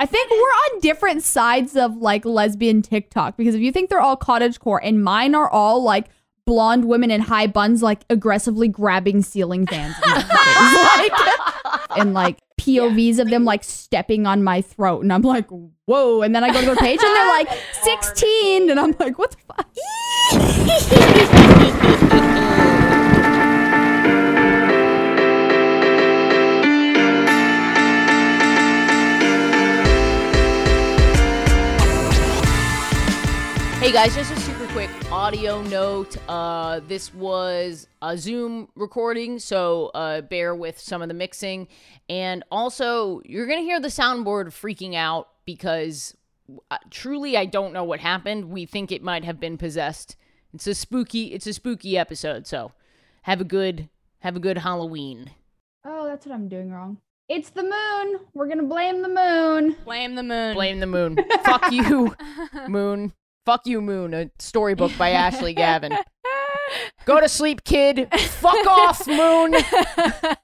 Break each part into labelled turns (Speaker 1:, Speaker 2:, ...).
Speaker 1: I think we're on different sides of like lesbian TikTok because if you think they're all cottage core and mine are all like blonde women in high buns like aggressively grabbing ceiling fans in their face, like, and like POVs of them like stepping on my throat and I'm like whoa and then I go to the page and they're like 16 and I'm like what the fuck
Speaker 2: Hey guys, just a super quick audio note. Uh, this was a Zoom recording, so uh, bear with some of the mixing. And also, you're going to hear the soundboard freaking out because uh, truly, I don't know what happened. We think it might have been possessed. It's a spooky, it's a spooky episode. So have a good, have a good Halloween.
Speaker 1: oh that's what I'm doing wrong it's the moon we're gonna blame the moon
Speaker 3: Blame the moon.
Speaker 2: Blame the moon. Fuck you, moon. Fuck you, moon. A storybook by Ashley Gavin. Go to sleep, kid. Fuck off, moon.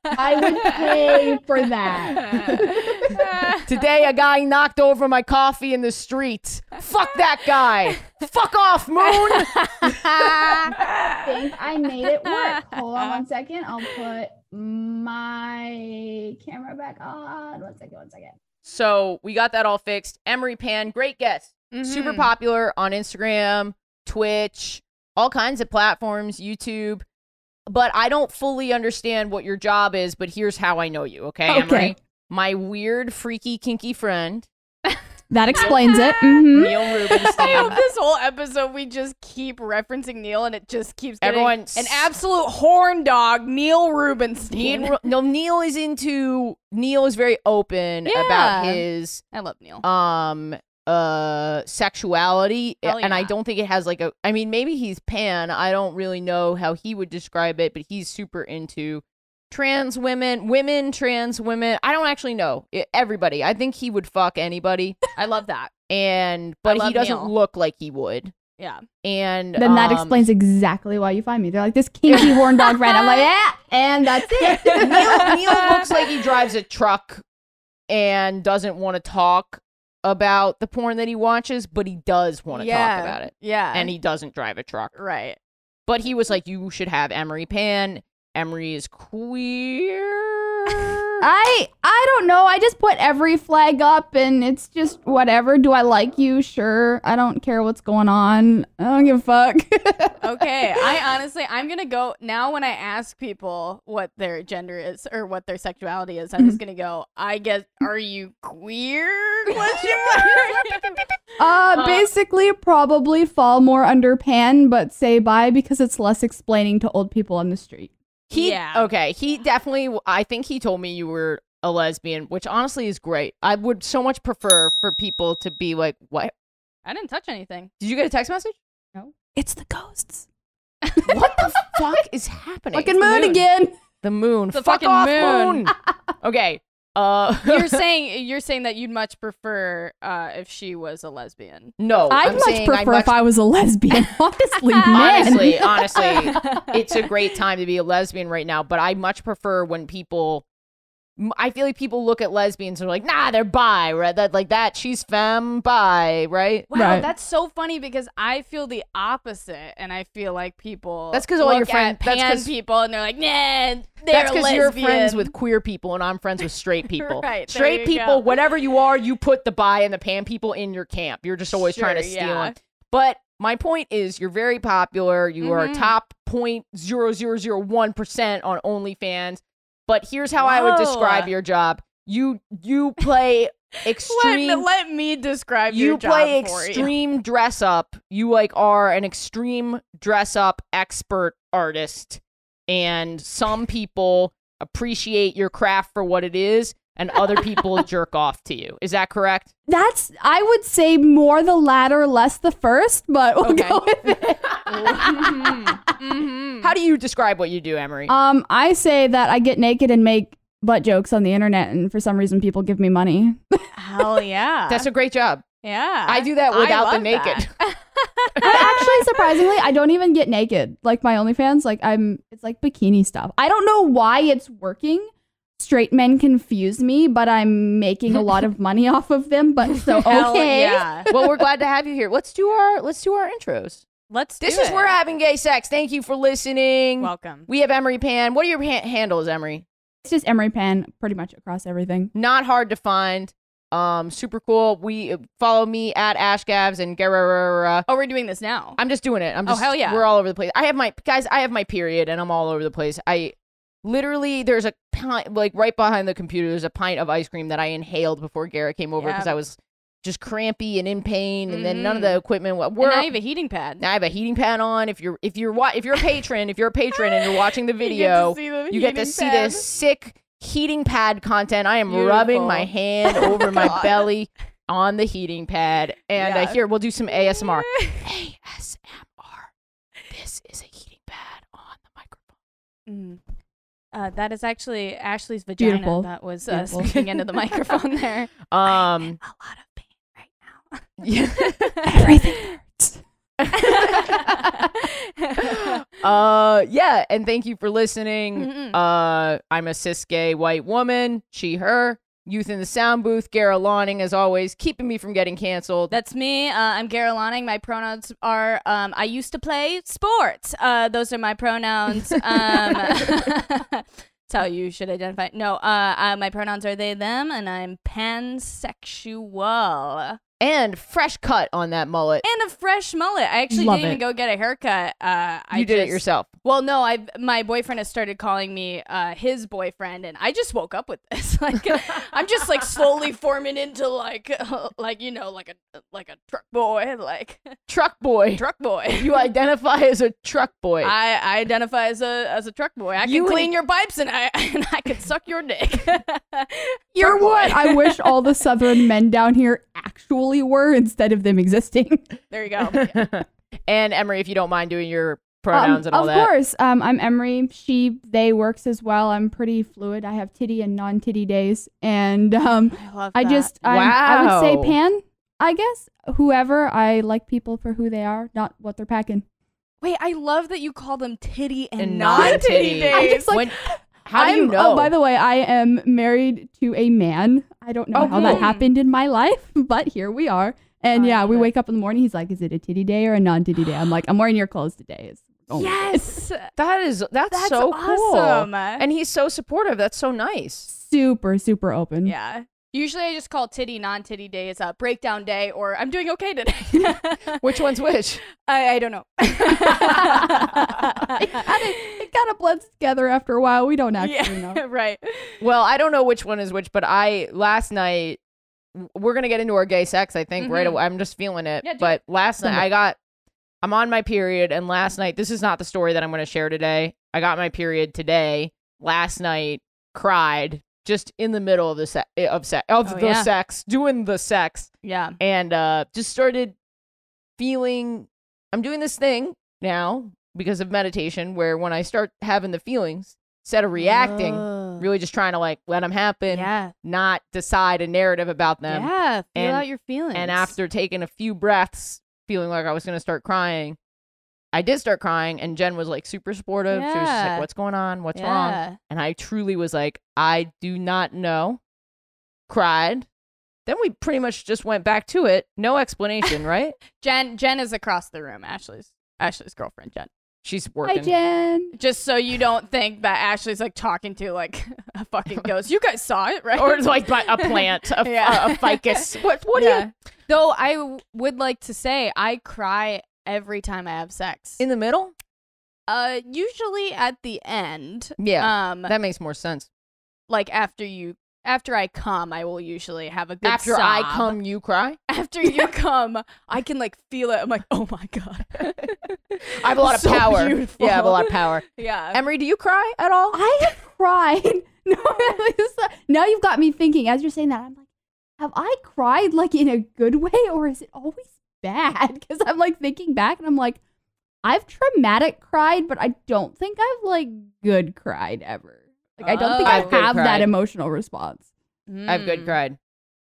Speaker 1: I would pay for that
Speaker 2: Today, a guy knocked over my coffee in the street. Fuck that guy. Fuck off, moon.
Speaker 1: think I made it work. Hold on one second. I'll put my camera back on. One second, one second.
Speaker 2: so we got that all fixed. Emery Pan, great guest. Super
Speaker 3: Mhm.
Speaker 2: popular on Instagram, Twitch, all kinds of platforms, YouTube. But I don't fully understand what your job is, but here's how I know you, okay, Emery?
Speaker 1: Okay.
Speaker 2: My weird, freaky, kinky friend,
Speaker 1: That explains it. Mhm.
Speaker 2: Neil
Speaker 3: I hope
Speaker 2: Rubenstein.
Speaker 3: this whole episode we just keep referencing Neil and it just keeps getting
Speaker 2: Everyone
Speaker 3: an
Speaker 2: s-
Speaker 3: absolute horn dog, Neil Rubenstein.
Speaker 2: Neil, no, Neil is into Neil is very open about
Speaker 3: Yeah.
Speaker 2: his
Speaker 3: I love Neil.
Speaker 2: um uh sexuality
Speaker 3: Hell
Speaker 2: and i
Speaker 3: yeah.
Speaker 2: don't think it has like a i mean maybe he's pan i don't really know how he would describe it but he's super into trans women women trans women i don't actually know I- everybody i think he would fuck anybody
Speaker 3: I love that.
Speaker 2: and but he
Speaker 3: love
Speaker 2: doesn't
Speaker 3: Neil.
Speaker 2: look like he would
Speaker 3: Yeah.
Speaker 2: and
Speaker 1: Then that
Speaker 2: um,
Speaker 1: explains exactly why you find me. They're like this kinky horn dog friend. I'm like, yeah, and that's it.
Speaker 2: Neil, Neil looks like he drives a truck and doesn't want to talk about the porn that he watches but he does want to
Speaker 3: yeah.
Speaker 2: talk about it
Speaker 3: Yeah.
Speaker 2: and he doesn't drive a truck
Speaker 3: right.
Speaker 2: But he was like, you should have Emery Pan. Emery is queer.
Speaker 1: I I don't know. I just put every flag up, and it's just whatever. Do I like you? Sure. I don't care what's going on. I don't give a fuck.
Speaker 3: Okay. I honestly, I'm going to go now when I ask people what their gender is or what their sexuality is, I'm just
Speaker 2: Mm-hmm.
Speaker 3: going to go, I guess, are you queer? Question mark.
Speaker 1: Uh, basically, probably fall more under pan, but say bye because it's less explaining to old people on the street.
Speaker 2: He,
Speaker 3: Yeah.
Speaker 2: Okay. He definitely, I think he told me you were a lesbian, which honestly is great. I would so much prefer for people to be like, what?
Speaker 3: I didn't touch anything.
Speaker 2: Did you get a text message?
Speaker 1: It's the ghosts.
Speaker 2: What the fuck is happening?
Speaker 1: Fucking moon, again.
Speaker 2: The moon.
Speaker 3: The
Speaker 2: Fuck
Speaker 3: fucking
Speaker 2: off,
Speaker 3: moon.
Speaker 2: okay. Uh,
Speaker 3: You're saying you're saying that you'd much prefer uh, if she was a lesbian.
Speaker 2: no.
Speaker 1: I'd
Speaker 2: Oh, I'm
Speaker 1: much
Speaker 2: saying
Speaker 1: prefer
Speaker 2: much
Speaker 1: if I was a lesbian. Honestly, man.
Speaker 2: honestly, honestly, it's a great time to be a lesbian right now, but I much prefer when people m- I feel like people look at lesbians and are like, nah, they're bi, right? That like that, she's femme bi, right?
Speaker 3: Wow,
Speaker 1: Right.
Speaker 3: that's so funny because I feel the opposite, and I feel like people.
Speaker 2: That's 'cause all your
Speaker 3: look
Speaker 2: friend-
Speaker 3: at
Speaker 2: that's
Speaker 3: pan
Speaker 2: 'cause-
Speaker 3: people, and they're like, nah, they're
Speaker 2: That's because
Speaker 3: because
Speaker 2: you're friends with queer people and I'm friends with straight people.
Speaker 3: Right, there
Speaker 2: straight
Speaker 3: you
Speaker 2: people,
Speaker 3: go.
Speaker 2: whatever you are, you put the bi and the pan people in your camp. You're just always trying to
Speaker 3: Sure,
Speaker 2: steal
Speaker 3: yeah.
Speaker 2: them. But my point is you're very popular. You are
Speaker 3: Mhm.
Speaker 2: top point zero zero zero one percent on OnlyFans. But here's how I would
Speaker 3: Whoa.
Speaker 2: describe your job. You you play
Speaker 3: Let,
Speaker 2: extreme
Speaker 3: me- let me describe
Speaker 2: you
Speaker 3: your job
Speaker 2: play
Speaker 3: for you.
Speaker 2: extreme dress up. You like are an extreme dress up expert artist, and some people appreciate your craft for what it is, and other people jerk off to you. Is that correct?
Speaker 1: That's I would say more the latter, less the first, but we'll
Speaker 2: Okay.
Speaker 1: go with it.
Speaker 3: Mhm.
Speaker 2: How do you describe what you do, Emery?
Speaker 3: Uh,
Speaker 1: Um, I say that I get naked and make butt jokes on the internet, and for some reason, people give me money.
Speaker 3: Hell yeah,
Speaker 2: That's a great job.
Speaker 3: yeah.
Speaker 2: I do that
Speaker 3: I
Speaker 2: without the
Speaker 3: love
Speaker 2: naked.
Speaker 1: I actually surprisingly I don't even get naked. Like my OnlyFans, like I'm it's like bikini stuff. I don't know why it's working straight men confuse me, but I'm making a lot of money off of them. But so
Speaker 3: Hell
Speaker 1: okay.
Speaker 3: yeah.
Speaker 2: well, we're glad to have you here. Let's do our let's do our intros.
Speaker 3: Let's do
Speaker 2: This is
Speaker 3: it.
Speaker 2: we're having gay sex. Thank you for listening.
Speaker 3: Welcome.
Speaker 2: We have Emery Pan. What are your ha- handles, Emery?
Speaker 1: It's just Emery Pan pretty much across everything.
Speaker 2: Not hard to find. Um, super cool. We uh, follow me at Ashgabs and Guerrera.
Speaker 3: Oh, we're doing this now.
Speaker 2: I'm just doing it. I'm
Speaker 3: Oh,
Speaker 2: just,
Speaker 3: hell yeah.
Speaker 2: We're all over the place. I have my guys. I have my period, and I'm all over the place. I literally there's a pint like right behind the computer. There's a pint of ice cream that I inhaled before Garrett came over
Speaker 3: Yeah.
Speaker 2: because I was just crampy and in pain, and then none of
Speaker 3: Mhm.
Speaker 2: the equipment. wa-
Speaker 3: And
Speaker 2: We're
Speaker 3: now you have a heating pad.
Speaker 2: I have a heating pad on. If you're if you're wa- if you're a patron, if you're a patron and you're watching the video, you get to see, this sick heating pad content. I am rubbing my hand
Speaker 3: Oh
Speaker 2: over my belly on the heating pad, and uh,
Speaker 3: Yeah.
Speaker 2: here we'll do some ASMR. ASMR. This is a heating pad on the microphone.
Speaker 3: Mm. Uh, that is actually Ashley's vagina
Speaker 1: Beautiful.
Speaker 3: that was uh,
Speaker 1: Beautiful.
Speaker 3: speaking into the microphone there.
Speaker 2: Um,
Speaker 3: a lot of pain right now.
Speaker 1: Everything hurts.
Speaker 2: uh, yeah, and thank you for listening.
Speaker 3: Mm-mm.
Speaker 2: Uh, I'm a cis gay white woman. She, her. Youth in the sound booth. Gara Lawning, as always, keeping me from getting canceled.
Speaker 3: That's me. Uh, I'm Gara Lonning. My pronouns are um, I used to play sports. Uh, those are my pronouns. Um, that's how you should identify. No, uh, uh, my pronouns are they, them, and I'm pansexual.
Speaker 2: and fresh cut on that mullet.
Speaker 3: And a fresh mullet. I actually
Speaker 1: Love
Speaker 3: didn't even
Speaker 1: it.
Speaker 3: go get a haircut. Uh, I
Speaker 2: you did it
Speaker 3: just-
Speaker 2: yourself.
Speaker 3: Well, no, I my boyfriend has started calling me uh, his boyfriend, and I just woke up with this. Like, I'm just like slowly forming into like, like you know, like a like a truck boy, like
Speaker 2: Truck boy.
Speaker 3: truck boy.
Speaker 2: You identify as a truck boy.
Speaker 3: I, I identify as a as a truck boy. I can
Speaker 2: You
Speaker 3: clean
Speaker 2: and-
Speaker 3: your pipes, and I and I can suck your dick.
Speaker 1: You're what? I wish all the southern men down here actually were instead of them existing.
Speaker 3: there you go.
Speaker 2: and Emery, if you don't mind doing your
Speaker 1: Um,
Speaker 2: pronouns and all
Speaker 1: of
Speaker 2: that.
Speaker 1: course. Um, I'm Emery. She, they works as well. I'm pretty fluid. I have titty and non titty days. And um,
Speaker 3: I love.
Speaker 1: I
Speaker 3: that.
Speaker 1: just, I'm- I would
Speaker 2: Wow.
Speaker 1: say pan, I guess. Whoever. I like people for who they are, not what they're packing.
Speaker 3: wait. I love that you call them titty and,
Speaker 2: And non-titty.
Speaker 3: non-titty
Speaker 1: I'm
Speaker 3: days.
Speaker 1: just like,
Speaker 2: When- how
Speaker 1: I'm,
Speaker 2: do you know?
Speaker 1: Oh, by the way, I am married to a man. I don't know
Speaker 2: Oh,
Speaker 1: how that
Speaker 3: cool.
Speaker 1: happened in my life, but here we are. And
Speaker 3: I
Speaker 1: yeah,
Speaker 3: love
Speaker 1: we
Speaker 3: it.
Speaker 1: wake up in the morning. He's like, "Is it a titty day or a non-titty day?" I'm like, "I'm wearing your clothes today." It's- oh my God.
Speaker 3: yes,
Speaker 2: that is that's,
Speaker 3: that's
Speaker 2: so cool.
Speaker 3: awesome.
Speaker 2: And he's so supportive. That's so nice.
Speaker 1: super super open.
Speaker 3: Yeah. Usually I just call titty non titty day as a breakdown day or I'm doing okay today.
Speaker 2: Which one's which?
Speaker 3: I, I don't know.
Speaker 1: it kind of blends together after a while. We don't actually
Speaker 3: yeah,
Speaker 1: know.
Speaker 3: right.
Speaker 2: Well, I don't know which one is which, but I last night we're gonna get into our gay sex. I think right
Speaker 3: Mhm.
Speaker 2: away. I'm just feeling it.
Speaker 3: Yeah, do Mm-hmm.
Speaker 2: but last night
Speaker 1: Send it.
Speaker 2: I got. I'm on my period, and last night this is not the story that I'm gonna share today. I got my period today. Last night, cried just in the middle of the se- eh, of sex of
Speaker 3: Oh,
Speaker 2: the
Speaker 3: yeah.
Speaker 2: sex, doing the sex,
Speaker 3: Yeah.
Speaker 2: and uh just started feeling. I'm doing this thing now because of meditation, where when I start having the feelings, instead of reacting really just trying to like let them happen,
Speaker 3: yeah.
Speaker 2: not decide a narrative about them.
Speaker 3: yeah. Feel
Speaker 2: and-
Speaker 3: out your feelings.
Speaker 2: And after taking a few breaths, feeling like I was going to start crying, I did start crying. And Jen was like super supportive. She was just
Speaker 3: Yeah.
Speaker 2: like, What's going on? What's wrong?
Speaker 3: yeah.
Speaker 2: And I truly was like, I do not know. Cried. Then we pretty much just went back to it. No explanation, right?
Speaker 3: Jen Jen is across the room, Ashley's Ashley's girlfriend, Jen.
Speaker 2: She's
Speaker 1: Hi
Speaker 2: working.
Speaker 1: Jen.
Speaker 3: Just so you don't think that Ashley's like talking to like a fucking ghost. You guys saw it, right?
Speaker 2: Or it's like my- a plant, a,
Speaker 3: Yeah.
Speaker 2: a, a ficus. What? What do you
Speaker 3: Though I w- would like to say I cry every time I have sex.
Speaker 2: in the middle?
Speaker 3: uh, usually at the end.
Speaker 2: Yeah,
Speaker 3: Um,
Speaker 2: that makes more sense.
Speaker 3: like after you, after I come, I will usually have a good
Speaker 2: After I
Speaker 3: sob.
Speaker 2: come, you cry.
Speaker 3: After you come, I can like feel it. I'm like, oh my god.
Speaker 2: I have a lot of
Speaker 3: So
Speaker 2: power.
Speaker 3: beautiful. Mm.
Speaker 2: Yeah, I have a lot of power.
Speaker 3: yeah.
Speaker 2: Emery, do you cry at all?
Speaker 1: I have cried. No, Lisa, now you've got me thinking. As you're saying that, I'm like, have I cried like in a good way, or is it always bad? Because I'm like thinking back, and I'm like, I've traumatic cried, but I don't think I've like good cried ever. Like I don't think
Speaker 3: Oh.
Speaker 1: I
Speaker 3: I've
Speaker 2: good
Speaker 1: have
Speaker 2: cried.
Speaker 1: that emotional response.
Speaker 2: I've
Speaker 3: Mm.
Speaker 2: good cried.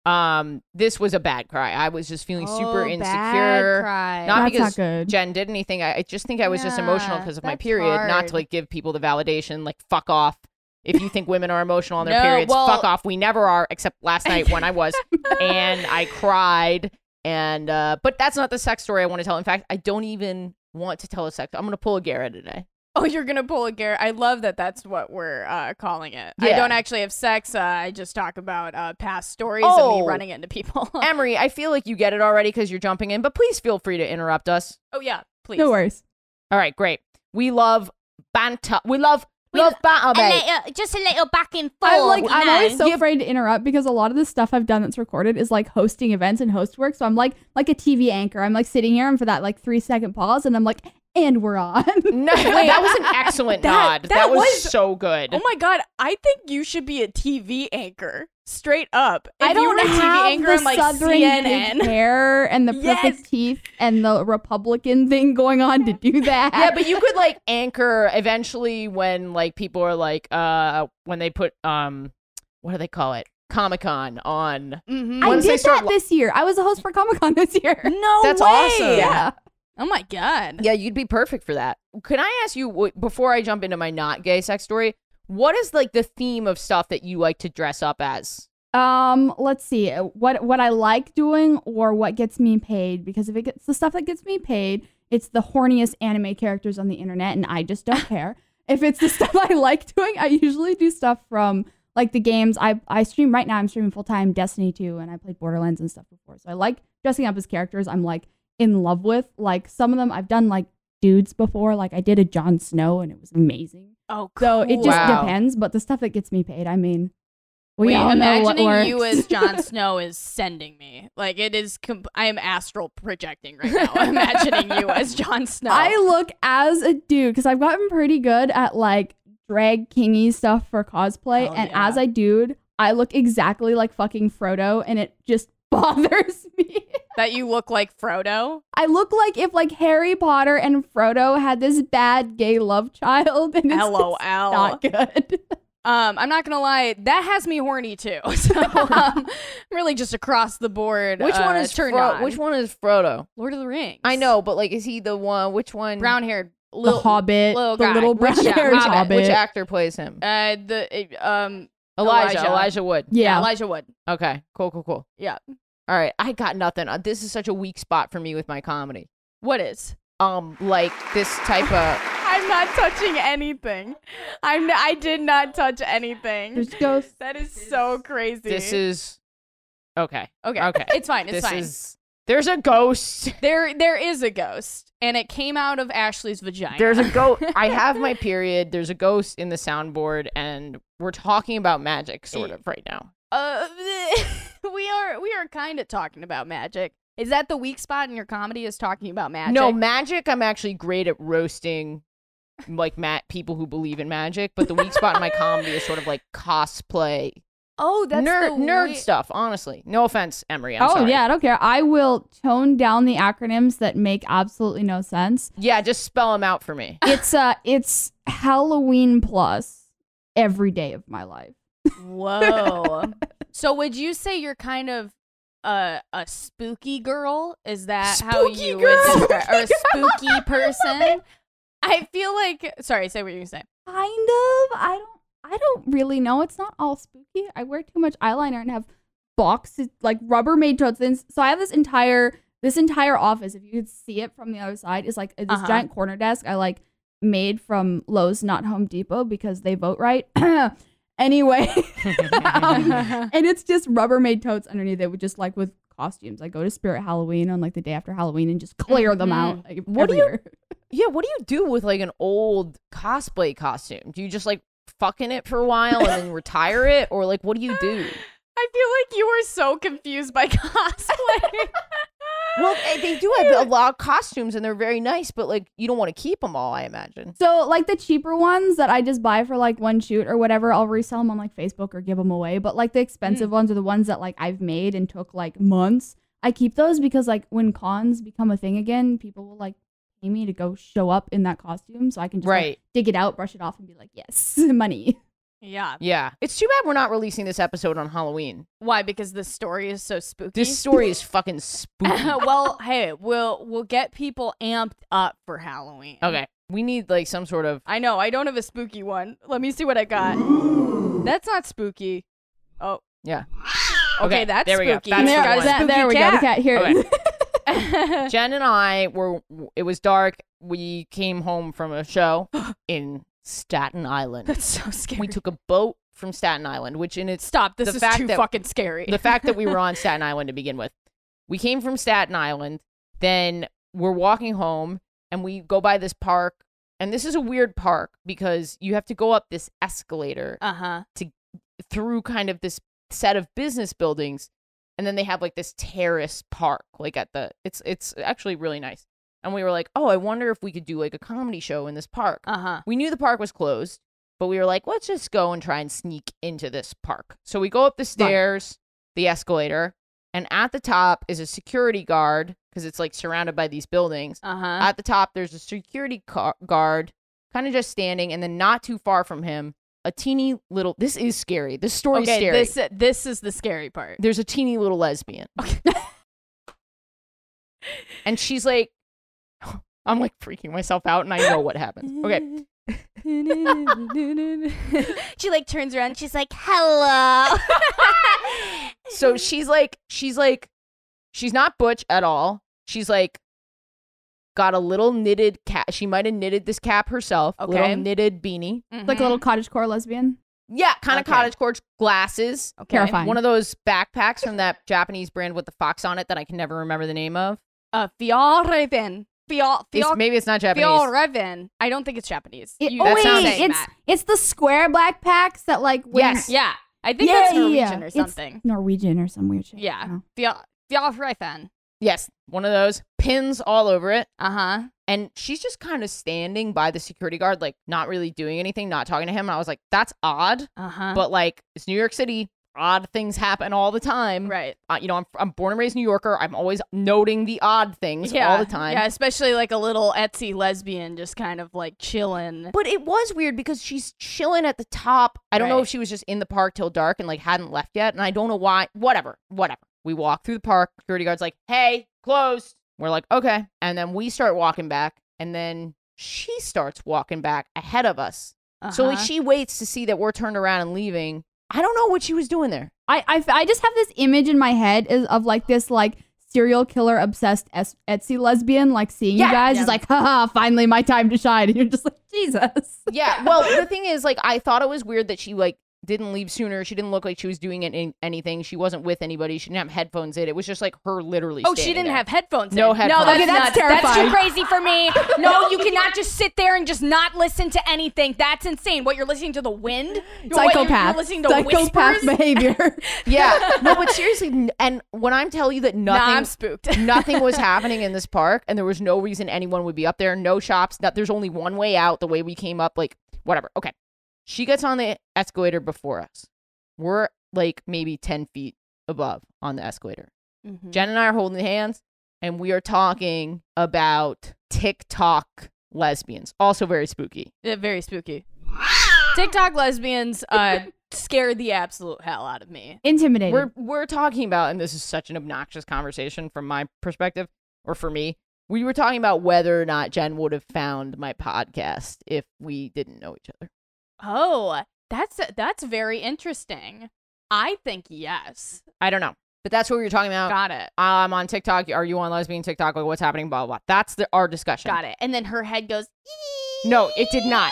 Speaker 2: Um, this was a bad cry. I was just feeling super insecure.
Speaker 3: Oh, Cry.
Speaker 2: Not
Speaker 1: That's
Speaker 2: because
Speaker 1: not good.
Speaker 2: Jen did anything. I, I just think I was just emotional
Speaker 3: Yeah,
Speaker 2: because of my
Speaker 3: that's
Speaker 2: period, not
Speaker 3: hard.
Speaker 2: to like give people the validation, like fuck off. If you think women are emotional on their
Speaker 3: No,
Speaker 2: periods,
Speaker 3: well-
Speaker 2: fuck off. We never are, except last night when I was, and I cried. And uh, but that's not the sex story I want to tell. In fact, I don't even want to tell a sex. I'm gonna pull a Garrett today.
Speaker 3: Oh, you're gonna pull a Garrett. I love that. That's what we're uh, calling it. I
Speaker 2: Yeah.
Speaker 3: don't actually have sex. Uh, I just talk about uh, past stories of
Speaker 2: Oh.
Speaker 3: me running into people.
Speaker 2: Emery, I feel like you get it already because you're jumping in, but please feel free to interrupt us.
Speaker 3: oh yeah, please.
Speaker 1: No worries.
Speaker 2: All right, great. We love banter. We love love banter.
Speaker 4: A
Speaker 2: babe.
Speaker 4: little, just a little back and forth.
Speaker 3: Oh,
Speaker 1: I'm like,
Speaker 4: you
Speaker 1: I'm
Speaker 4: know?
Speaker 1: always so afraid to interrupt because a lot of the stuff I've done that's recorded is like hosting events and host work. So I'm like, like a TV anchor. I'm like sitting here and for that like three second pause, and I'm like, and we're on.
Speaker 2: No, that was an excellent nod.
Speaker 3: That-
Speaker 2: That,
Speaker 3: that
Speaker 2: was,
Speaker 3: was-
Speaker 2: so good.
Speaker 3: Oh my god, I think you should be a TV anchor. Straight up. If
Speaker 1: I
Speaker 3: you
Speaker 1: don't
Speaker 3: were a TV
Speaker 1: have
Speaker 3: anchor
Speaker 1: the
Speaker 3: on like
Speaker 1: southern big
Speaker 3: CNN.
Speaker 1: hair and the
Speaker 3: Yes.
Speaker 1: perfect teeth and the Republican thing going on to do that.
Speaker 2: yeah, but you could like anchor eventually when like people are like uh when they put um what do they call it Comic Con on.
Speaker 3: Mhm.
Speaker 1: I
Speaker 2: Once they
Speaker 1: did
Speaker 2: start
Speaker 1: that
Speaker 2: li-
Speaker 1: this year. I was a host for Comic Con this year.
Speaker 3: No
Speaker 2: That's
Speaker 3: way.
Speaker 2: awesome.
Speaker 1: Yeah.
Speaker 3: Oh my god.
Speaker 2: Yeah, you'd be perfect for that. Can I ask you wh- before I jump into my not gay sex story? What is like the theme of stuff that you like to dress up as?
Speaker 1: Um, let's see what what I like doing or what gets me paid because if it gets the stuff that gets me paid, it's the horniest anime characters on the internet, and I just don't care. If it's the stuff I like doing, I usually do stuff from like the games I I stream right now. I'm streaming full time Destiny 2, and I played Borderlands and stuff before, so I like dressing up as characters I'm like in love with. Like some of them I've done like dudes before. Like I did a Jon Snow, and it was amazing.
Speaker 3: Oh cool.
Speaker 1: So it just
Speaker 2: Wow.
Speaker 1: depends. But the stuff that gets me paid, I mean, we
Speaker 3: Wait,
Speaker 1: all know what
Speaker 3: imagining
Speaker 1: works.
Speaker 3: you as Jon Snow is sending me. Like it is com- I am astral projecting right now. imagining you as Jon Snow.
Speaker 1: I look as a dude because I've gotten pretty good at like drag kingy stuff for cosplay,
Speaker 3: Hell
Speaker 1: and
Speaker 3: Oh, yeah.
Speaker 1: as a dude, I look exactly like fucking Frodo, and it just bothers me.
Speaker 3: that you look like Frodo.
Speaker 1: I look like if like Harry Potter and Frodo had this bad gay love child, and it's just
Speaker 3: LOL.
Speaker 1: not good.
Speaker 3: Um, I'm not gonna lie, that has me horny too. So um, I'm really just across the board.
Speaker 2: Which one
Speaker 3: uh,
Speaker 2: is
Speaker 3: turned
Speaker 2: Fro-
Speaker 3: on.
Speaker 2: Which one is Frodo?
Speaker 3: Lord of the Rings?
Speaker 2: I know, but like, is he the one? Which one?
Speaker 3: brown haired
Speaker 1: the Hobbit,
Speaker 3: little
Speaker 1: the
Speaker 3: guy.
Speaker 1: little
Speaker 3: Which-
Speaker 1: brown
Speaker 3: yeah,
Speaker 1: haired
Speaker 3: Hobbit.
Speaker 1: Hobbit.
Speaker 2: Which actor plays him?
Speaker 3: Uh, the uh, um
Speaker 2: Elijah.
Speaker 3: Elijah.
Speaker 2: Elijah. Wood.
Speaker 1: yeah,
Speaker 3: Elijah Wood.
Speaker 2: Okay. Cool. Cool. Cool.
Speaker 3: Yeah.
Speaker 2: All right. I got nothing. Uh, This is such a weak spot for me with my comedy.
Speaker 3: What is?
Speaker 2: Um, like this type of.
Speaker 3: I'm not touching anything. I'm n- I did not touch anything.
Speaker 1: there's ghosts.
Speaker 3: that is so crazy.
Speaker 2: This is. Okay.
Speaker 3: okay.
Speaker 2: okay.
Speaker 3: It's fine. It's
Speaker 2: this
Speaker 3: fine.
Speaker 2: is. There's a ghost.
Speaker 3: there there is a ghost, and it came out of Ashley's vagina.
Speaker 2: There's a ghost. I have my period. There's a ghost in the soundboard, and we're talking about magic, sort of, right now.
Speaker 3: Uh, we are we are kind of talking about magic. Is that the weak spot in your comedy? Is talking about magic?
Speaker 2: No magic. I'm actually great at roasting, like Matt people who believe in magic. But the weak spot in my comedy is sort of like cosplay,
Speaker 3: Oh, that's
Speaker 2: nerd
Speaker 3: the
Speaker 2: nerd
Speaker 3: wee-
Speaker 2: stuff. Honestly, no offense, Emery. I'm
Speaker 1: Oh
Speaker 2: sorry.
Speaker 1: yeah, I don't care. I will tone down the acronyms that make absolutely no sense.
Speaker 2: yeah. Just spell them out for me.
Speaker 1: it's uh it's Halloween plus every day of my life.
Speaker 3: Whoa. so would you say you're kind of a a spooky girl? Is that how
Speaker 1: Spooky
Speaker 3: you
Speaker 1: girl.
Speaker 3: would describe or a spooky person? I feel like sorry, say what you were saying.
Speaker 1: Kind of. I don't I don't really know. It's not all spooky. I wear too much eyeliner and have boxes like rubber made totes. And So I have this entire this entire office, if you could see it from the other side, is like uh, this
Speaker 3: Uh-huh.
Speaker 1: giant corner desk I like made from Lowe's, not Home Depot, because they vote right. anyway. Um, and it's just Rubbermaid totes underneath it, with just like with costumes. I go to Spirit Halloween on like the day after Halloween and just clear them
Speaker 3: Mhm.
Speaker 1: out. Like,
Speaker 2: Mm-hmm. What do
Speaker 1: every
Speaker 2: you-
Speaker 1: year.
Speaker 2: yeah. What do you do with like an old cosplay costume? Do you just like fucking it for a while and then retire it, or like what do you do?
Speaker 3: I feel like you were so confused by cosplay.
Speaker 2: Well, eh, they do have a lot of costumes and they're very nice, but like you don't want to keep them all. I imagine.
Speaker 1: So like the cheaper ones that I just buy for like one shoot or whatever, I'll resell them on like Facebook or give them away. But like the expensive
Speaker 2: Mm.
Speaker 1: ones are the ones that like I've made and took like months. I keep those because like when cons become a thing again, people will like pay me to go show up in that costume, so I can just like,
Speaker 2: Right.
Speaker 1: dig it out, brush it off, and be like, yes, money.
Speaker 3: Yeah.
Speaker 2: Yeah. It's too bad we're not releasing this episode on Halloween.
Speaker 3: Why? Because the story is so spooky.
Speaker 2: This story is fucking spooky.
Speaker 3: well, hey, we'll we'll get people amped up for Halloween.
Speaker 2: okay. We need like some sort of
Speaker 3: I know. I don't have a spooky one. Let me see what I got. That's not spooky. Oh.
Speaker 2: Yeah.
Speaker 3: Okay,
Speaker 2: Okay,
Speaker 3: that's
Speaker 2: there we go.
Speaker 3: spooky.
Speaker 2: That's
Speaker 1: there,
Speaker 2: the one.
Speaker 1: that- there we go. The cat here.
Speaker 2: Okay. Jen and I were it was dark. We came home from a show in Staten Island.
Speaker 3: That's so scary.
Speaker 2: We took a boat from Staten Island, which in its
Speaker 3: Stop. This
Speaker 2: the
Speaker 3: is
Speaker 2: fact
Speaker 3: too
Speaker 2: that-
Speaker 3: fucking scary.
Speaker 2: the fact that we were on Staten Island to begin with. We came from Staten Island, then we're walking home and we go by this park. And this is a weird park because you have to go up this escalator
Speaker 3: uh huh.
Speaker 2: through kind of this set of business buildings and then they have like this terrace park like at the it's it's actually really nice. And we were like, "Oh, I wonder if we could do like a comedy show in this park."
Speaker 3: Uh huh.
Speaker 2: We knew the park was closed, but we were like, let's just go and try and sneak into this park. So we go up the stairs, the escalator, and at the top is a security guard because it's like surrounded by these buildings.
Speaker 3: Uh huh.
Speaker 2: At the top, there's a security car- guard kind of just standing, and then not too far from him, a teeny little. This is scary. This story is
Speaker 3: Okay.
Speaker 2: scary.
Speaker 3: This this is the scary part.
Speaker 2: There's a teeny little lesbian. and she's like, I'm like freaking myself out, and I know what happens. Okay.
Speaker 3: she like turns around. She's like, "Hello."
Speaker 2: So she's like, she's like, she's not butch at all. She's like, got a little knitted cap. She might have knitted this cap herself. a
Speaker 3: Okay.
Speaker 2: Little knitted beanie.
Speaker 1: Like
Speaker 3: Mm-hmm.
Speaker 1: a little cottage core lesbian.
Speaker 2: Yeah, kind of
Speaker 3: Okay.
Speaker 2: cottage core glasses.
Speaker 3: Okay.
Speaker 1: Terrifying.
Speaker 2: One of those backpacks from that Japanese brand with the fox on it that I can never remember the name of.
Speaker 3: uh, Fjallraven. Fjall
Speaker 2: It's-
Speaker 3: Fjall
Speaker 2: maybe it's not Japanese.
Speaker 3: Fjallraven. I don't think it's Japanese.
Speaker 1: It-
Speaker 3: You-
Speaker 1: oh
Speaker 2: that
Speaker 1: wait,
Speaker 2: sounds-
Speaker 1: it's it's the square black packs that like when-
Speaker 2: Yes.
Speaker 3: yeah. I think that's
Speaker 1: Yeah, yeah, yeah.
Speaker 3: Norwegian or
Speaker 1: It's-
Speaker 3: something.
Speaker 1: Norwegian or some weird shit.
Speaker 3: Yeah.
Speaker 1: Oh.
Speaker 2: Uh-huh.
Speaker 3: Fjall Fjallraven.
Speaker 2: Yes, one of those pins all over it.
Speaker 3: Uh huh.
Speaker 2: And she's just kind of standing by the security guard, like not really doing anything, not talking to him. And I was like, that's odd.
Speaker 3: Uh huh.
Speaker 2: but like it's New York City. Odd things happen all the time.
Speaker 3: Right.
Speaker 2: Uh, you know, I'm, I'm born and raised New Yorker. I'm always noting the odd things all the time.
Speaker 3: Yeah, especially like a little Etsy lesbian just kind of like chilling.
Speaker 2: But it was weird because she's chilling at the top. I don't know
Speaker 3: Right.
Speaker 2: if she was just in the park till dark and like hadn't left yet. And I don't know why. Whatever. Whatever. We walk through the park. Security guard's like, hey, closed. We're like, okay. And then we start walking back. And then she starts walking back ahead of us. So like
Speaker 3: Uh-huh.
Speaker 2: she waits to see that we're turned around and leaving. I don't know what she was doing there.
Speaker 1: I, I, I just have this image in my head is of like this like serial killer obsessed es- Etsy lesbian like seeing
Speaker 2: Yeah.
Speaker 1: you guys
Speaker 3: Yeah.
Speaker 1: is like haha finally my time to shine and you're just like Jesus
Speaker 2: Yeah. Well, the thing is, like, I thought it was weird that she like didn't leave sooner. She didn't look like she was doing any- anything. She wasn't with anybody. She didn't have headphones in. It was just like her literally.
Speaker 3: Oh, she
Speaker 2: standing
Speaker 3: didn't
Speaker 2: there.
Speaker 3: have headphones.
Speaker 2: No
Speaker 3: in.
Speaker 2: headphones.
Speaker 3: No, that's,
Speaker 1: Okay, that's
Speaker 3: nuts. That's too
Speaker 1: terrifying.
Speaker 3: crazy for me. No, you cannot just sit there and just not listen to anything. That's insane. What you're listening to the wind? What, you're, you're
Speaker 1: psychopath
Speaker 3: listening to
Speaker 1: psychopath
Speaker 3: whispers?
Speaker 1: behavior
Speaker 2: Yeah. No, but seriously, n- and when I'm telling you that
Speaker 3: Nah, I'm
Speaker 2: nothing.
Speaker 3: spooked.
Speaker 2: nothing was happening in this park and there was no reason anyone would be up there no shops that there's only one way out the way we came up like whatever okay she gets on the escalator before us we're like maybe 10 feet above on the escalator
Speaker 3: Mm-hmm.
Speaker 2: Jen and I are holding hands, and we are talking about TikTok lesbians. Also very spooky.
Speaker 3: Yeah, very spooky. TikTok lesbians uh, scare the absolute hell out of me.
Speaker 1: intimidating
Speaker 2: We're we're talking about, and this is such an obnoxious conversation from my perspective, or for me. We were talking about whether or not Jen would have found my podcast if we didn't know each other.
Speaker 3: Oh, that's that's very interesting. I think yes.
Speaker 2: I don't know, but that's what we were talking about.
Speaker 3: Got it.
Speaker 2: I'm on TikTok. Are you on lesbian TikTok? Like, what's happening? Blah blah. blah. That's the our discussion.
Speaker 3: Got it. And then her head goes.
Speaker 2: No, it did not.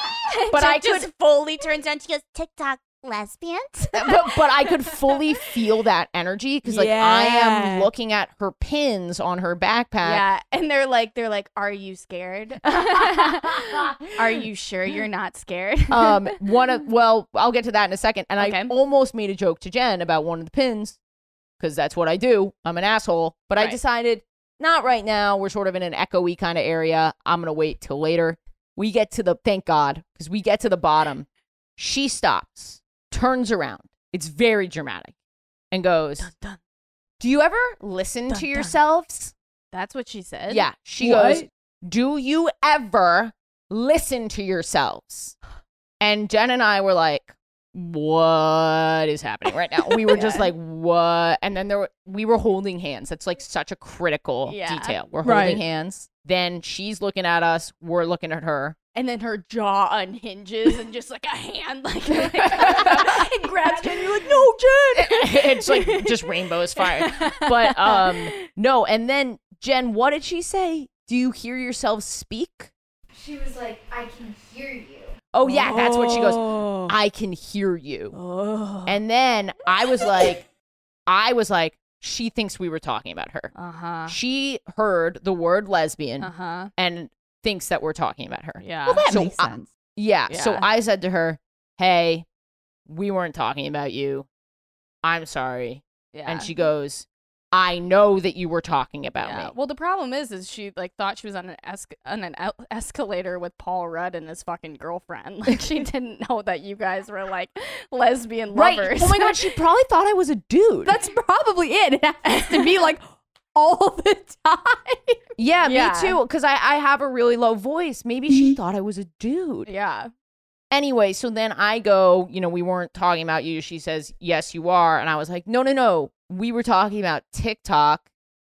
Speaker 2: But
Speaker 3: She
Speaker 2: I
Speaker 3: just
Speaker 2: could-
Speaker 3: fully turns down. She goes.
Speaker 4: TikTok lesbians.
Speaker 2: but, but I could fully feel that energy because like I am
Speaker 3: Yeah.
Speaker 2: looking at her pins on her backpack.
Speaker 3: Yeah, and they're like, they're like, are you scared? are you sure you're not scared?
Speaker 2: Um, one of well, I'll get to that in a second. And I
Speaker 3: Okay.
Speaker 2: almost made a joke to Jen about one of the pins because that's what I do. I'm an asshole. But I
Speaker 3: Right.
Speaker 2: decided not right now. We're sort of in an echoey kind of area. I'm gonna wait till later. We get to the thank God because we get to the bottom. She stops, turns around. It's very dramatic, and goes. Do you ever listen
Speaker 3: Dun,
Speaker 2: to
Speaker 3: dun.
Speaker 2: yourselves?
Speaker 3: That's what she said.
Speaker 2: Yeah. She
Speaker 1: What?
Speaker 2: goes, Do you ever listen to yourselves? And Jen and I were like, what is happening right now? We were just like, what? And then there were, we were holding hands. That's like such a critical
Speaker 3: Yeah.
Speaker 2: detail. We're holding
Speaker 1: Right.
Speaker 2: hands. Then she's looking at us. We're looking at her.
Speaker 3: and then her jaw unhinges and just like a hand like, like it grabs Jen. You're like, no, Jen.
Speaker 2: it's like just rainbows fire. But um, no. And then Jen, what did she say? Do you hear yourself speak?
Speaker 4: She was like, I can hear you.
Speaker 2: Oh yeah, that's what she goes. I can hear you.
Speaker 3: Oh.
Speaker 2: And then I was like, I was like, she thinks we were talking about her.
Speaker 3: Uh huh.
Speaker 2: She heard the word lesbian
Speaker 3: Uh huh.
Speaker 2: and thinks that we're talking about her.
Speaker 3: Yeah.
Speaker 1: Well, that
Speaker 2: So
Speaker 1: makes
Speaker 2: I-
Speaker 1: sense.
Speaker 2: Yeah. So
Speaker 3: Yeah.
Speaker 2: I said to her, Hey, we weren't talking about you. I'm sorry.
Speaker 3: yeah.
Speaker 2: And she goes, I know that you were talking about
Speaker 3: Yeah.
Speaker 2: me.
Speaker 3: Well, the problem is, is she like thought she was on an esc- on an el- escalator with Paul Rudd and his fucking girlfriend. Like she didn't know that you guys were like lesbian lovers.
Speaker 2: Oh my God. She probably thought I was a dude.
Speaker 1: That's probably it. It has to be like all the time.
Speaker 2: yeah,
Speaker 3: Yeah.
Speaker 2: me too. Because I, I have a really low voice. Maybe she thought I was a dude.
Speaker 3: yeah.
Speaker 2: Anyway, so then I go, you know, we weren't talking about you. She says, Yes, you are. And I was like, No, no, no. We were talking about TikTok,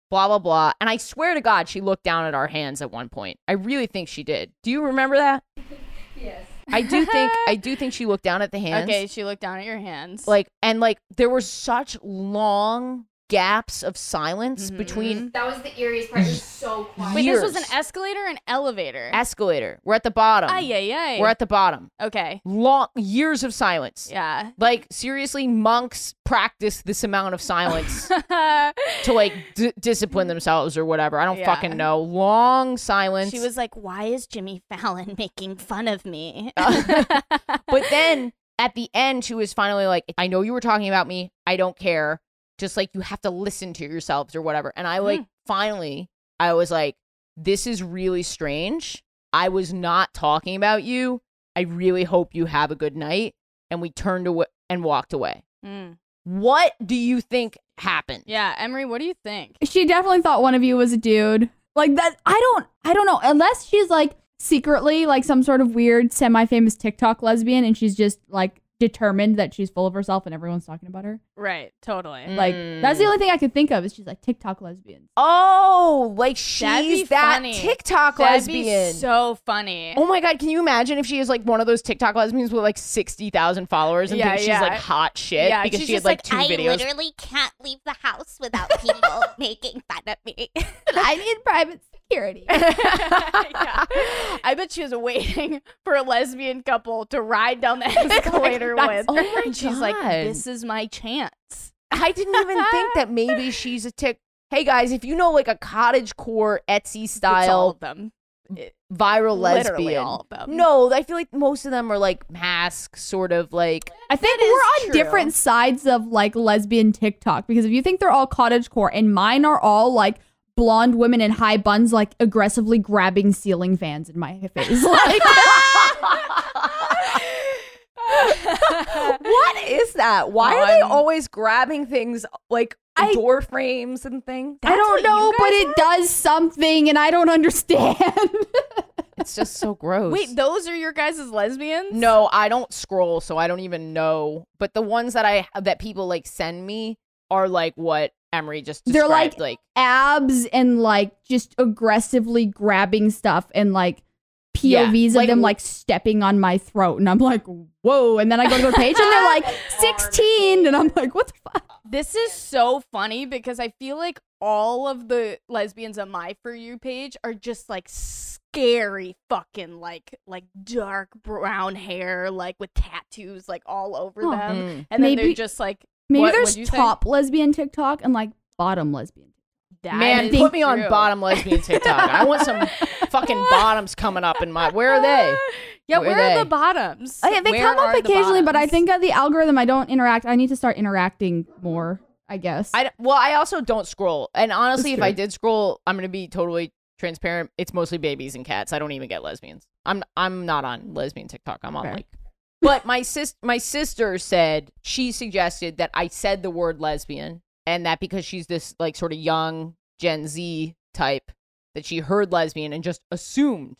Speaker 2: blah, blah, blah. And I swear to God, she looked down at our hands at one point. I really think she did. Do you remember that?
Speaker 4: Yes.
Speaker 2: I do think I do think she looked down at the hands.
Speaker 3: Okay. She looked down at your hands.
Speaker 2: Like and like there were such long gaps of silence
Speaker 3: Mhm.
Speaker 2: between
Speaker 4: That was the eeriest part. It was so quiet.
Speaker 3: wait, this was an
Speaker 2: years.
Speaker 3: escalator and elevator.
Speaker 2: escalator. We're at the bottom.
Speaker 3: Ay, ay, ay.
Speaker 2: We're at the bottom.
Speaker 3: okay.
Speaker 2: Long years of silence.
Speaker 3: Yeah.
Speaker 2: Like seriously, monks practice this amount of silence to like d- discipline themselves or whatever. I don't
Speaker 3: Yeah.
Speaker 2: fucking know. Long silence.
Speaker 3: she was like, "Why is Jimmy Fallon making fun of me?"
Speaker 2: Uh. but then at the end, she was finally like, "I know you were talking about me. I don't care. Just like you have to listen to yourselves or whatever." And I
Speaker 3: Mm-hmm.
Speaker 2: like finally, I was like, "This is really strange. I was not talking about you. I really hope you have a good night." And we turned away and walked away.
Speaker 3: Mm.
Speaker 2: What do you think happened?
Speaker 3: Yeah, Emery, what do you think?
Speaker 1: she definitely thought one of you was a dude. Like that I don't I don't know. Unless she's like secretly like some sort of weird semi-famous TikTok lesbian and she's just like determined that she's full of herself and everyone's talking about her.
Speaker 3: Right. Totally.
Speaker 1: Like that's the
Speaker 2: Mm.
Speaker 1: only thing I could think of is she's like TikTok lesbians.
Speaker 2: Oh, like
Speaker 3: That'd be
Speaker 2: she's that
Speaker 3: funny.
Speaker 2: TikTok
Speaker 3: That'd
Speaker 2: lesbian.
Speaker 3: be so funny.
Speaker 2: oh my god, can you imagine if she is like one of those TikTok lesbians with like sixty thousand followers and
Speaker 3: Yeah,
Speaker 2: thinks
Speaker 3: yeah.
Speaker 2: she's like hot shit
Speaker 3: Yeah,
Speaker 2: because
Speaker 3: she's
Speaker 2: she had
Speaker 3: just
Speaker 2: like,
Speaker 4: I
Speaker 2: two videos.
Speaker 4: literally can't leave the house without people making fun of me.
Speaker 1: I need private security.
Speaker 3: Yeah. I bet she was waiting for a lesbian couple to ride down the escalator with.
Speaker 2: oh my
Speaker 3: and she's like,
Speaker 2: God.
Speaker 3: "This is my chance."
Speaker 2: I didn't even think that maybe she's a tick. Hey guys, if you know like a cottage core Etsy
Speaker 3: It's all
Speaker 2: style
Speaker 3: of them. It-
Speaker 2: viral
Speaker 3: literally
Speaker 2: lesbian.
Speaker 3: all of them.
Speaker 2: No, I feel like most of them are like mask sort of like
Speaker 1: I think
Speaker 3: That
Speaker 1: we're
Speaker 3: is
Speaker 1: on
Speaker 3: true.
Speaker 1: different sides of like lesbian TikTok because if you think they're all cottagecore and mine are all like blonde women in high buns like aggressively grabbing ceiling fans in my face. Like
Speaker 2: what is that? Why are they always grabbing things like
Speaker 1: I-
Speaker 2: door frames and things?
Speaker 1: I don't
Speaker 3: what you
Speaker 1: know, but
Speaker 3: guys
Speaker 1: it does something and I don't understand.
Speaker 2: It's just so gross.
Speaker 3: Wait, those are your guys' lesbians?
Speaker 2: no, I don't scroll, so I don't even know. But the ones that I that people like send me are like what Emery just
Speaker 1: They're, like-
Speaker 2: described. like
Speaker 1: Abs and like just aggressively grabbing stuff and like
Speaker 2: Yeah,
Speaker 1: POVs of
Speaker 2: like-
Speaker 1: them like stepping on my throat and I'm like, whoa. And then I go to the page and they're like 16 and I'm like, what the fuck?
Speaker 3: This is so funny because I feel like all of the lesbians on my for you page are just like scary fucking like like dark brown hair like with tattoos like all over
Speaker 1: Oh.
Speaker 3: them
Speaker 2: Mm.
Speaker 3: and then they're
Speaker 1: Maybe-
Speaker 3: just like
Speaker 1: Maybe
Speaker 3: What-
Speaker 1: there's
Speaker 3: what'd you say?
Speaker 1: top lesbian TikTok and like bottom lesbian.
Speaker 3: that
Speaker 2: man,
Speaker 3: is
Speaker 2: put me on
Speaker 3: true.
Speaker 2: bottom lesbian TikTok. I want some fucking bottoms coming up in my. Where are they?
Speaker 3: yeah
Speaker 2: Where
Speaker 3: where,
Speaker 2: are
Speaker 3: are,
Speaker 2: they?
Speaker 3: the bottoms
Speaker 1: Oh, yeah, they
Speaker 3: Where
Speaker 1: come up
Speaker 3: are the
Speaker 1: occasionally, but I
Speaker 3: bottoms?
Speaker 1: think at the algorithm I don't interact. I need to start interacting more, I guess.
Speaker 2: I d- well, I also don't scroll. And honestly,
Speaker 1: That's
Speaker 2: if I
Speaker 1: true.
Speaker 2: did scroll, I'm gonna be totally transparent. It's mostly babies and cats. I don't even get lesbians. I'm I'm not on lesbian TikTok. I'm on
Speaker 1: Fair.
Speaker 2: like. But my sis my sister said she suggested that I said the word lesbian, and that because she's this like sort of young Gen Z type, that she heard lesbian and just assumed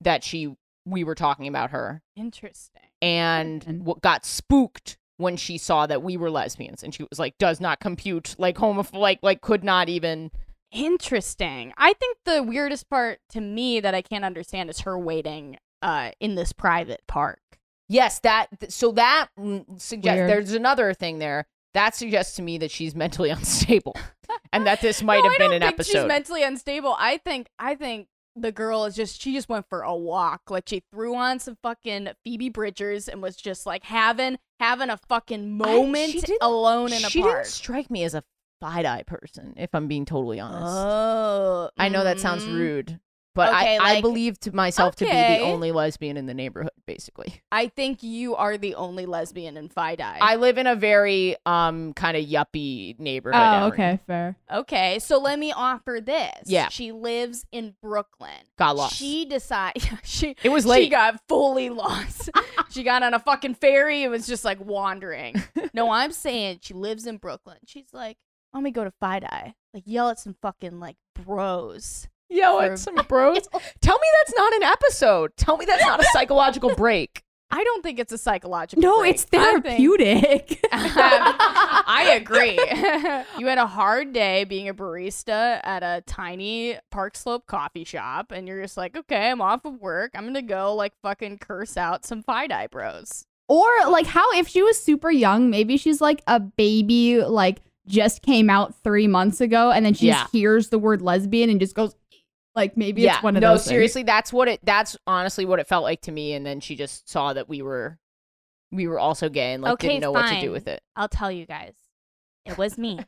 Speaker 2: that she we were talking about her.
Speaker 3: interesting
Speaker 2: and w- got spooked when she saw that we were lesbians and she was like does not compute like homoph like like could not even
Speaker 3: Interesting. I think the weirdest part to me that I can't understand is her waiting uh, in this private park.
Speaker 2: yes that th- so that mm, suggests
Speaker 1: Weird.
Speaker 2: there's another thing there that suggests to me that she's mentally unstable and that this might
Speaker 3: No,
Speaker 2: have
Speaker 3: I
Speaker 2: been an
Speaker 3: don't think
Speaker 2: episode
Speaker 3: She's mentally unstable. I think. I think the girl is just. She just went for a walk. Like she threw on some fucking Phoebe Bridgers and was just like having having a fucking moment
Speaker 2: didn't-
Speaker 3: alone in a
Speaker 2: she
Speaker 3: park.
Speaker 2: didn't strike me as a side eye person if i'm being totally honest
Speaker 3: Oh,
Speaker 2: i know that sounds
Speaker 3: mhm.
Speaker 2: rude but
Speaker 3: Okay,
Speaker 2: I, I
Speaker 3: like-
Speaker 2: believe to myself to be
Speaker 3: Okay.
Speaker 2: the only lesbian in the neighborhood basically
Speaker 3: I think you are the only lesbian in Fidei.
Speaker 2: i live in a very um kind of yuppie neighborhood
Speaker 1: Oh,
Speaker 2: Erin.
Speaker 1: okay, fair.
Speaker 3: okay, so let me offer this.
Speaker 2: Yeah.
Speaker 3: she lives in Brooklyn.
Speaker 2: got lost
Speaker 3: She decided she
Speaker 2: It was
Speaker 3: She
Speaker 2: late.
Speaker 3: got fully lost. she got on a fucking ferry and was just like wandering. no, I'm saying she lives in Brooklyn. She's like, let me go to Fidei. Like yell at some fucking like bros.
Speaker 2: Yo,
Speaker 3: for-
Speaker 2: it's some bros. Tell me that's not an episode. Tell me that's not a psychological break.
Speaker 3: I don't think it's a psychological.
Speaker 1: No,
Speaker 3: break.
Speaker 1: it's
Speaker 3: I think-
Speaker 1: therapeutic.
Speaker 3: I agree. you had a hard day being a barista at a tiny Park Slope coffee shop, and you're just like, okay, I'm off of work. I'm gonna go like fucking curse out some Fidei bros.
Speaker 1: or like how if she was super young, maybe she's like a baby, like just came out three months ago, and then she just hears the word lesbian and just goes, like maybe
Speaker 2: yeah,
Speaker 1: it's one of
Speaker 2: no,
Speaker 1: those. things.
Speaker 2: seriously, that's what it. That's honestly what it felt like to me. And then she just saw that we were, we were also gay and like
Speaker 4: Okay,
Speaker 2: didn't know what to do
Speaker 4: fine.
Speaker 2: with it.
Speaker 4: I'll tell you guys. It was me.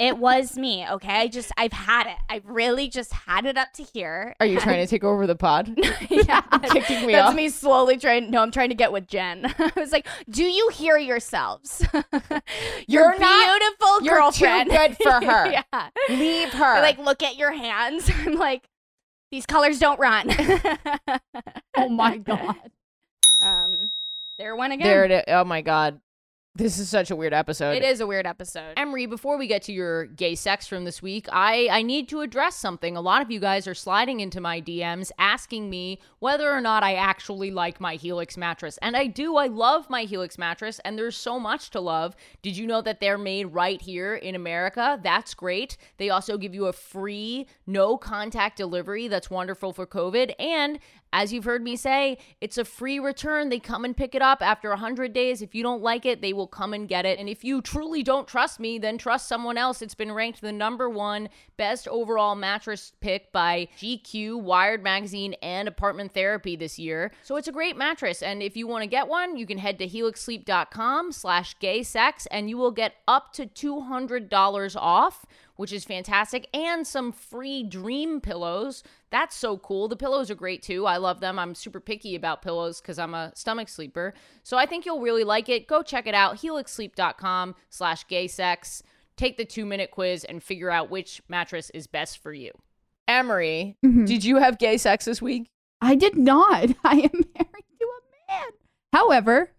Speaker 4: It was me, okay? I just, I've had it. I really just had it up to here.
Speaker 2: Are you trying to take over the pod?
Speaker 3: yeah,
Speaker 2: Kicking me
Speaker 3: That's
Speaker 2: off.
Speaker 3: me slowly trying. No, I'm trying to get with Jen. I was like, "Do you hear yourselves?
Speaker 2: You're
Speaker 3: Your
Speaker 2: not-
Speaker 3: beautiful
Speaker 2: you're too
Speaker 3: girlfriend.
Speaker 2: good for her.
Speaker 3: yeah,
Speaker 2: Leave her.
Speaker 3: I, like look at your hands. I'm like, these colors don't run.
Speaker 1: oh my god.
Speaker 3: um, there went again.
Speaker 2: there it is. Oh my god, this is such a weird episode.
Speaker 3: it is a weird episode.
Speaker 2: Emery, before we get to your gay sex from this week, I, I need to address something. A lot of you guys are sliding into my DMs asking me whether or not I actually like my Helix mattress. And I do. I love my Helix mattress, and there's so much to love. Did you know that they're made right here in America? That's great. They also give you a free, no contact delivery that's wonderful for COVID. And as you've heard me say, it's a free return. They come and pick it up after 100 days. If you don't like it, they will come and get it. And if you truly don't trust me, then trust someone else. It's been ranked the number one best overall mattress pick by GQ, Wired Magazine, and Apartment Therapy this year. So it's a great mattress. And if you want to get one, you can head to helixsleep.com slash gay sex and you will get up to $200 off which is fantastic, and some free dream pillows. That's so cool. The pillows are great too. I love them. I'm super picky about pillows because I'm a stomach sleeper. So I think you'll really like it. Go check it out. HelixSleep.com slash gay sex. Take the two minute quiz and figure out which mattress is best for you. Emery,
Speaker 1: Mhm.
Speaker 2: did you have gay sex this week?
Speaker 1: I did not. I am married to a man. However,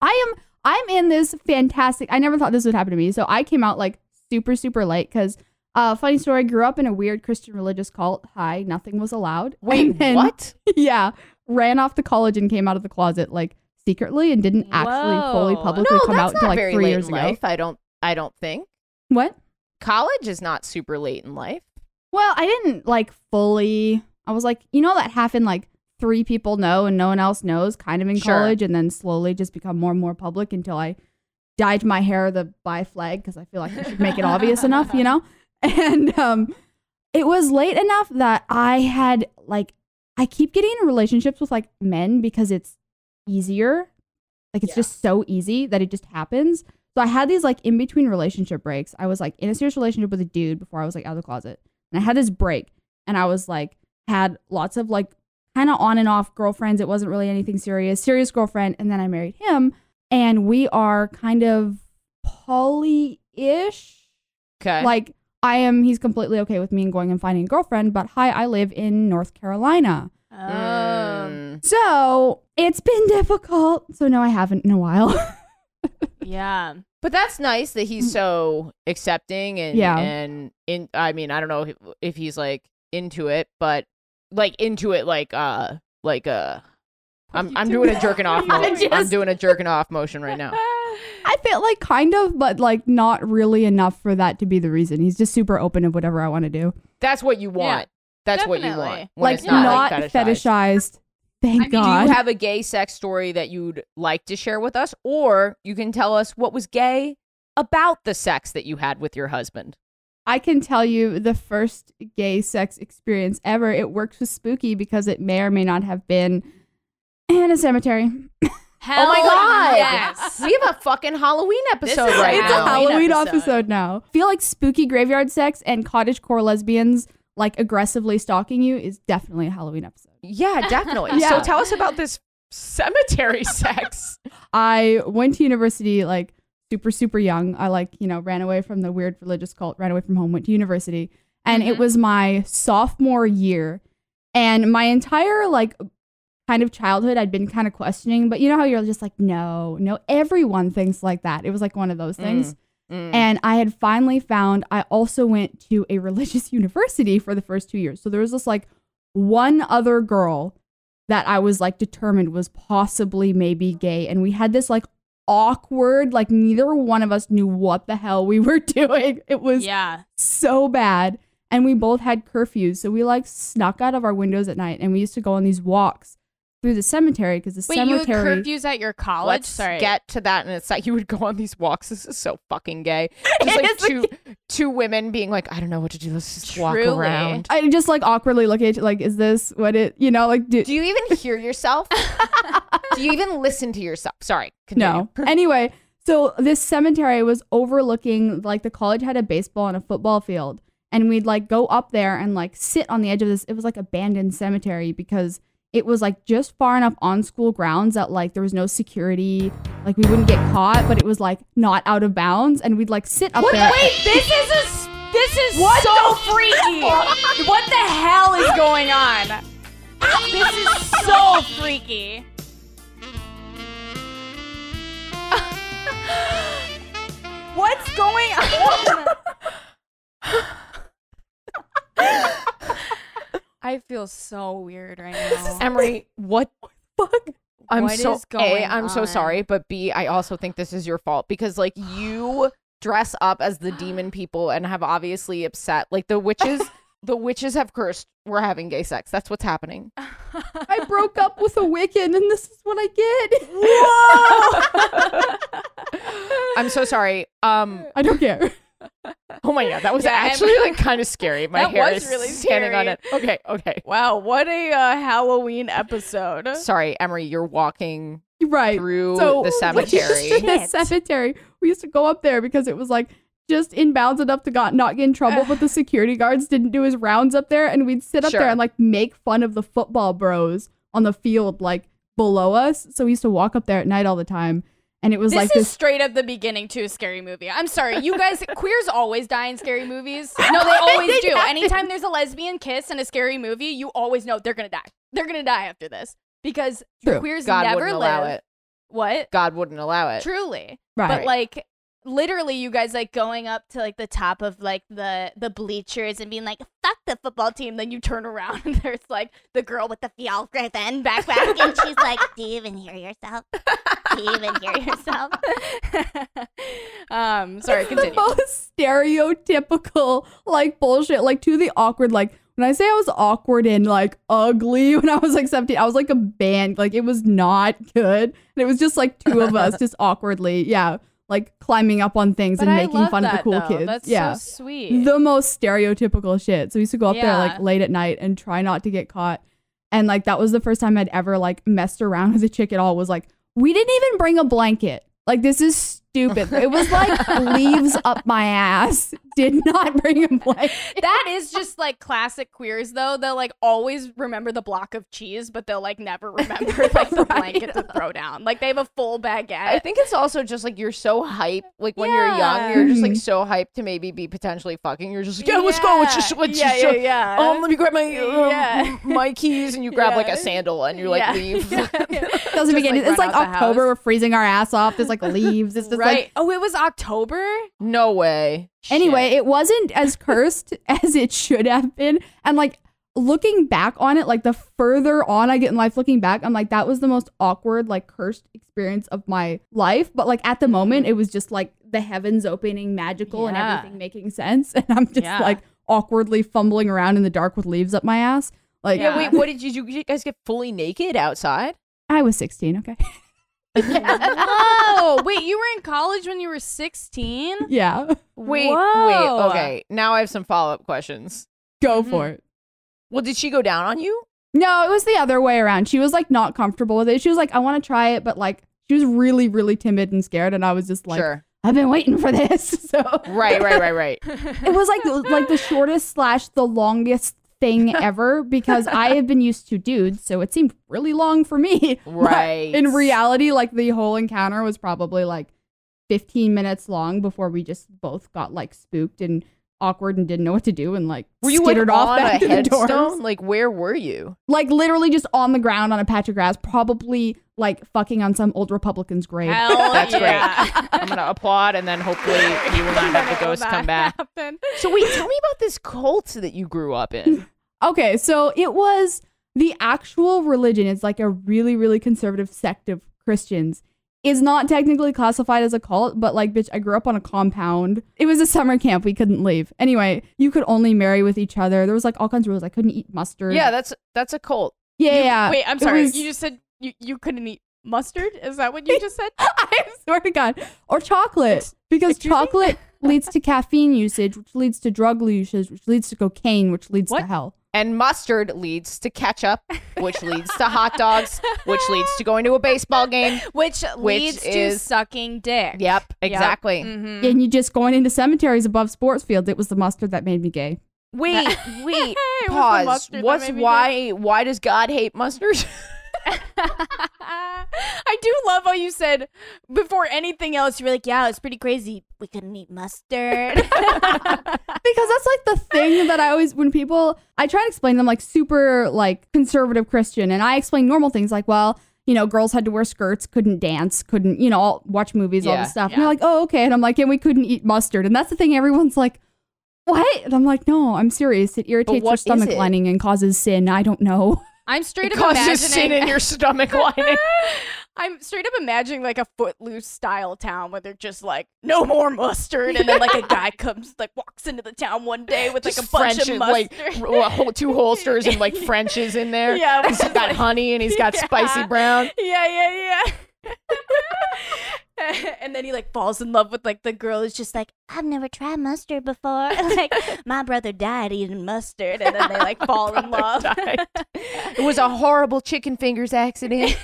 Speaker 1: I am I'm in this fantastic I never thought this would happen to me. So I came out like super, super late because uh funny story, I grew up in a weird Christian religious cult. Hi, nothing was allowed. And then- Yeah. Ran off to college and came out of the closet like secretly and didn't actually fully
Speaker 2: Whoa.
Speaker 1: publicly
Speaker 2: No,
Speaker 1: come out
Speaker 2: that's not
Speaker 1: until like
Speaker 2: very
Speaker 1: three
Speaker 2: late
Speaker 1: years
Speaker 2: in
Speaker 1: ago.
Speaker 2: life, I don't I don't think.
Speaker 1: What?
Speaker 2: College is not super late in life.
Speaker 1: Well, I didn't like fully. I was like, you know, that happened like three people know and no one else knows, kind of in
Speaker 2: Sure.
Speaker 1: college, and then slowly just become more and more public until I dyed my hair the bi flag because I feel like I should make it obvious enough, you know? And um, it was late enough that I had like, I keep getting in relationships with like men because it's easier. Like, it's
Speaker 2: Yeah.
Speaker 1: just so easy that it just happens. So I had these like in between relationship breaks. I was like in a serious relationship with a dude before I was like out of the closet. And I had this break and I was like, had lots of like kind of on and off girlfriends. It wasn't really anything serious, serious girlfriend. And then I married him and we are kind of poly ish.
Speaker 2: Okay.
Speaker 1: Like, I am, he's completely okay with me and going and finding a girlfriend, but hi, I live in North Carolina.
Speaker 2: Hmm. Mm.
Speaker 3: Um,
Speaker 1: So it's been difficult. So no, I haven't in a while.
Speaker 3: yeah.
Speaker 2: But that's nice that he's so accepting and
Speaker 1: Hmm. Yeah.
Speaker 2: and in I mean, I don't know if, if he's like into it, but like into it like uh like uh I'm, I'm doing a jerking off. Mo- I'm
Speaker 1: just-
Speaker 2: doing a jerking off motion right now. Oh
Speaker 1: I feel like kind of, but like not really enough for that to be the reason. He's just super open of whatever I want to do.
Speaker 2: That's what you want. That's what you want.
Speaker 3: definitely.
Speaker 2: when
Speaker 1: like
Speaker 2: it's not,
Speaker 1: not,
Speaker 2: like,
Speaker 1: fetishized.
Speaker 2: fetishized.
Speaker 1: Thank God.
Speaker 2: Do you have a gay sex story that you'd like to share with us, or you can tell us what was gay about the sex that you had with your husband?
Speaker 1: I can tell you the first gay sex experience ever. It works with Spooky because it may or may not have been in a cemetery.
Speaker 4: Hell
Speaker 2: oh my god!
Speaker 4: Yes.
Speaker 2: We have a fucking Halloween
Speaker 4: is
Speaker 2: episode right
Speaker 4: a
Speaker 1: it's
Speaker 2: now.
Speaker 1: a Halloween
Speaker 3: episode.
Speaker 1: episode. now. feel like spooky graveyard sex and cottage core lesbians like aggressively stalking you is definitely a Halloween episode.
Speaker 2: yeah, definitely.
Speaker 1: Yeah.
Speaker 2: So tell us about this cemetery sex.
Speaker 1: I went to university like super, super young. I like, you know, ran away from the weird religious cult, ran away from home, went to university. And
Speaker 2: Mm-hmm.
Speaker 1: it was my sophomore year. And my entire like kind of childhood, I'd been kind of questioning, but you know how you're just like, no, no, everyone thinks like that. It was like one of those things.
Speaker 2: Mm.
Speaker 1: And I had finally found I also went to a religious university for the first two years. So there was this like one other girl that I was like determined was possibly maybe gay. And we had this like awkward, like neither one of us knew what the hell we were doing. It was
Speaker 4: Yeah.
Speaker 1: so bad. And we both had curfews. So we like snuck out of our windows at night and we used to go on these walks through the cemetery because the
Speaker 3: Wait, you had
Speaker 1: cemetery.
Speaker 3: curfews at your college?
Speaker 2: Let's
Speaker 3: Sorry.
Speaker 2: get to that in a sec. You would go on these walks. This is so fucking gay. Just like
Speaker 1: is
Speaker 2: two two women being like, I don't know what to do. Let's just
Speaker 3: Truly.
Speaker 2: walk around.
Speaker 1: I just like awkwardly look at you, like, is this what it, you know, like, do,
Speaker 2: Do you even hear yourself? do you even listen to yourself? Sorry.
Speaker 1: No. anyway, so this cemetery was overlooking like the college had a baseball and a football field, and we'd like go up there and like sit on the edge of this. It was like abandoned cemetery because it was like just far enough on school grounds that like there was no security, like we wouldn't get caught, but it was like not out of bounds, and we'd like sit up there.
Speaker 4: Wait, this is a. s- This is
Speaker 3: What
Speaker 4: so
Speaker 3: the-
Speaker 4: freaky.
Speaker 3: what the hell is going on?
Speaker 4: this is so freaky.
Speaker 3: What's going on? I feel so weird right now.
Speaker 2: Emery, what fuck? I'm
Speaker 3: What
Speaker 2: so
Speaker 3: is going
Speaker 2: A, I'm so
Speaker 3: on?
Speaker 2: sorry, but B, I also think this is your fault because like you dress up as the demon people and have obviously upset like the witches the witches have cursed we're having gay sex. That's what's happening.
Speaker 1: I broke up with a Wiccan, and this is what I get.
Speaker 2: I'm so sorry. Um
Speaker 1: I don't care.
Speaker 2: oh my god, that was
Speaker 3: Yeah, Em-
Speaker 2: actually like kind of scary. My
Speaker 3: That
Speaker 2: hair
Speaker 3: was
Speaker 2: is
Speaker 3: really
Speaker 2: standing on
Speaker 3: scary.
Speaker 2: it. Okay, okay.
Speaker 3: Wow, what a uh, Halloween episode.
Speaker 2: Sorry, Emery, you're walking
Speaker 1: Right.
Speaker 2: through
Speaker 1: so
Speaker 2: the
Speaker 1: we used to-
Speaker 2: cemetery.
Speaker 1: the cemetery. We used to go up there because it was like just in bounds enough to got, not get in trouble, but the security guards didn't do his rounds up there, and we'd sit up
Speaker 2: Sure.
Speaker 1: there and like make fun of the football bros on the field, like below us. So we used to walk up there at night all the time, and it was
Speaker 3: This
Speaker 1: like
Speaker 3: is
Speaker 1: this.
Speaker 3: straight up the beginning to a scary movie. I'm sorry, you guys, queers always die in scary movies. No, they always do. Anytime there's a lesbian kiss in a scary movie, you always know they're gonna die. They're gonna die after this because
Speaker 1: True.
Speaker 3: queers
Speaker 2: God
Speaker 3: never
Speaker 2: wouldn't allow
Speaker 3: live.
Speaker 2: it.
Speaker 3: What?
Speaker 2: God wouldn't allow it.
Speaker 3: Truly.
Speaker 1: right.
Speaker 3: but
Speaker 2: Right.
Speaker 3: like
Speaker 4: Literally, you guys like going up to like the top of like the the bleachers and being like, "Fuck the football team." Then you turn around and there's like the girl with the fial griffin backpack, and she's like, "Do you even hear yourself? Do you even hear yourself?"
Speaker 3: um sorry
Speaker 1: the
Speaker 3: continue
Speaker 1: most stereotypical like bullshit like to the awkward like when i say i was awkward and like ugly when i was like 17 i was like a band like it was not good and it was just like two of us just awkwardly yeah like climbing up on things and making fun of the cool kids
Speaker 3: that's
Speaker 1: yeah
Speaker 3: so sweet
Speaker 1: the most stereotypical shit so we used to go up there
Speaker 3: Yeah.
Speaker 1: like late at night and try not to get caught and like that was the first time i'd ever like messed around with a chick at all was like we didn't even bring a blanket like this is stupid it was like leaves up my ass did not bring a blanket
Speaker 3: that is just like classic queers though they'll like always remember the block of cheese but they'll like never remember like the blanket to throw down like they have a full
Speaker 2: I
Speaker 3: baguette
Speaker 2: think it's also just like you're so hype. Like when you're young,
Speaker 3: Yeah.
Speaker 2: you're just like
Speaker 1: Mhm.
Speaker 2: so hyped to maybe be potentially fucking. You're just like, yeah, let's go. Let's just, let's
Speaker 3: yeah,
Speaker 2: just,
Speaker 3: yeah, yeah.
Speaker 2: Um, let me grab my um,
Speaker 3: Yeah.
Speaker 2: my keys, and you grab like
Speaker 3: Yeah.
Speaker 2: a sandal, and you're like
Speaker 3: Yeah.
Speaker 2: leave.
Speaker 1: doesn't
Speaker 3: Just,
Speaker 1: begin
Speaker 3: like,
Speaker 1: it's
Speaker 3: run
Speaker 1: like
Speaker 3: out the
Speaker 1: october
Speaker 3: house.
Speaker 1: we're freezing our ass off there's like leaves it's just
Speaker 3: right
Speaker 1: like
Speaker 3: oh it was october
Speaker 2: no way.
Speaker 1: Anyway, it wasn't as cursed as it should have been. And like looking back on it, like the further on I get in life, looking back, I'm like, that was the most awkward, like cursed experience of my life. But like at the moment, it was just like the heavens opening magical and
Speaker 2: Yeah.
Speaker 1: everything making sense. And I'm just
Speaker 2: Yeah.
Speaker 1: like awkwardly fumbling around in the dark with leaves up my ass. Like,
Speaker 2: Yeah. Wait, what did you, did you guys get fully naked outside?
Speaker 1: I was 16, okay?
Speaker 3: oh, wait, you were in college when you were 16?
Speaker 1: yeah,
Speaker 2: Wait,
Speaker 3: Whoa.
Speaker 2: wait, okay. Now I have some follow up questions.
Speaker 1: go
Speaker 2: Mm-hmm.
Speaker 1: for it.
Speaker 2: Well, did she go down on you?
Speaker 1: No, it was the other way around. She was like not comfortable with it. She was like, I want to try it, but like she was really, really timid and scared. And I was just like,
Speaker 2: sure.
Speaker 1: I've been waiting for this. So
Speaker 2: Right, right, right, right.
Speaker 1: it was like like the shortest slash the longest thing ever because I have been used to dudes, so it seemed really long for me. But
Speaker 2: Right.
Speaker 1: in reality, like the whole encounter was probably like 15 minutes long before we just both got like spooked and awkward and didn't know what to do and like
Speaker 2: Were you like,
Speaker 1: skittered off
Speaker 2: on
Speaker 1: back to
Speaker 2: a
Speaker 1: the dorms.
Speaker 2: headstone? Like, where were you?
Speaker 1: Like literally just on the ground on a patch of grass, probably like fucking on some old Republican's grave.
Speaker 3: Hell
Speaker 2: That's great.
Speaker 3: yeah.
Speaker 2: I'm gonna applaud, and then hopefully you will not have the ghost come back.
Speaker 3: Happened.
Speaker 2: So wait, tell me about this cult that you grew up in.
Speaker 1: Okay, so it was the actual religion. It's like a really, really conservative sect of Christians. Is not technically classified as a cult, but like, bitch, I grew up on a compound. It was a summer camp. We couldn't leave. Anyway, you could only marry with each other. There was like all kinds of rules. I couldn't eat mustard.
Speaker 2: Yeah, that's that's a cult.
Speaker 1: yeah,
Speaker 3: You-
Speaker 1: yeah.
Speaker 3: Wait, I'm
Speaker 1: It
Speaker 3: sorry.
Speaker 1: was-
Speaker 3: You just said you, you couldn't eat mustard? Is that what you just said?
Speaker 1: I swear to God. Or chocolate. Because
Speaker 3: excuse me?
Speaker 1: chocolate leads to caffeine usage, which leads to drug usage, which leads to cocaine, which leads
Speaker 2: What?
Speaker 1: to hell.
Speaker 2: And mustard leads to ketchup, which leads to hot dogs, which leads to going to a baseball game.
Speaker 3: Which,
Speaker 2: Which
Speaker 3: leads to
Speaker 2: is-
Speaker 3: sucking dick.
Speaker 2: Yep, Mm. exactly.
Speaker 3: Mhm.
Speaker 1: And you just going into cemeteries above sports fields. It was the mustard that made me gay.
Speaker 2: Wait, wait,
Speaker 3: It was the
Speaker 2: pause.
Speaker 3: mustard that
Speaker 2: What's
Speaker 3: made me
Speaker 2: why? Why does God hate mustard?
Speaker 3: I do love how you said before anything else, you were like, yeah, it's pretty crazy.
Speaker 4: We couldn't eat mustard.
Speaker 1: because that's like the thing that I always when people I try and explain them like super like conservative Christian and I explain normal things like well you know girls had to wear skirts couldn't dance couldn't you know all, watch movies all
Speaker 2: Yeah,
Speaker 1: this stuff
Speaker 3: yeah.
Speaker 1: and they're like oh okay and I'm like and we couldn't eat mustard and that's the thing everyone's like what and I'm like no I'm serious it irritates
Speaker 2: what
Speaker 1: your
Speaker 2: is
Speaker 1: stomach
Speaker 2: it?
Speaker 1: lining and causes sin I don't know
Speaker 3: I'm straight up
Speaker 2: Causes sin
Speaker 3: imagining.
Speaker 2: in your stomach lining.
Speaker 3: I'm straight up imagining like a footloose style town where they're just like, no more mustard. And then like a guy comes, like walks into the town one day with like
Speaker 2: Just
Speaker 3: a bunch
Speaker 2: French
Speaker 3: of
Speaker 2: and,
Speaker 3: mustard.
Speaker 2: like r- a whole- two holsters and like Frenches in there.
Speaker 3: Yeah,
Speaker 2: he's got honey and he's got
Speaker 3: Yeah.
Speaker 2: spicy brown.
Speaker 3: yeah, yeah, yeah. and then he like falls in love with like the girl who's just
Speaker 4: It's like, I've never tried mustard before. like, my brother died eating mustard. And then they like fall in love.
Speaker 2: It was a horrible chicken fingers accident.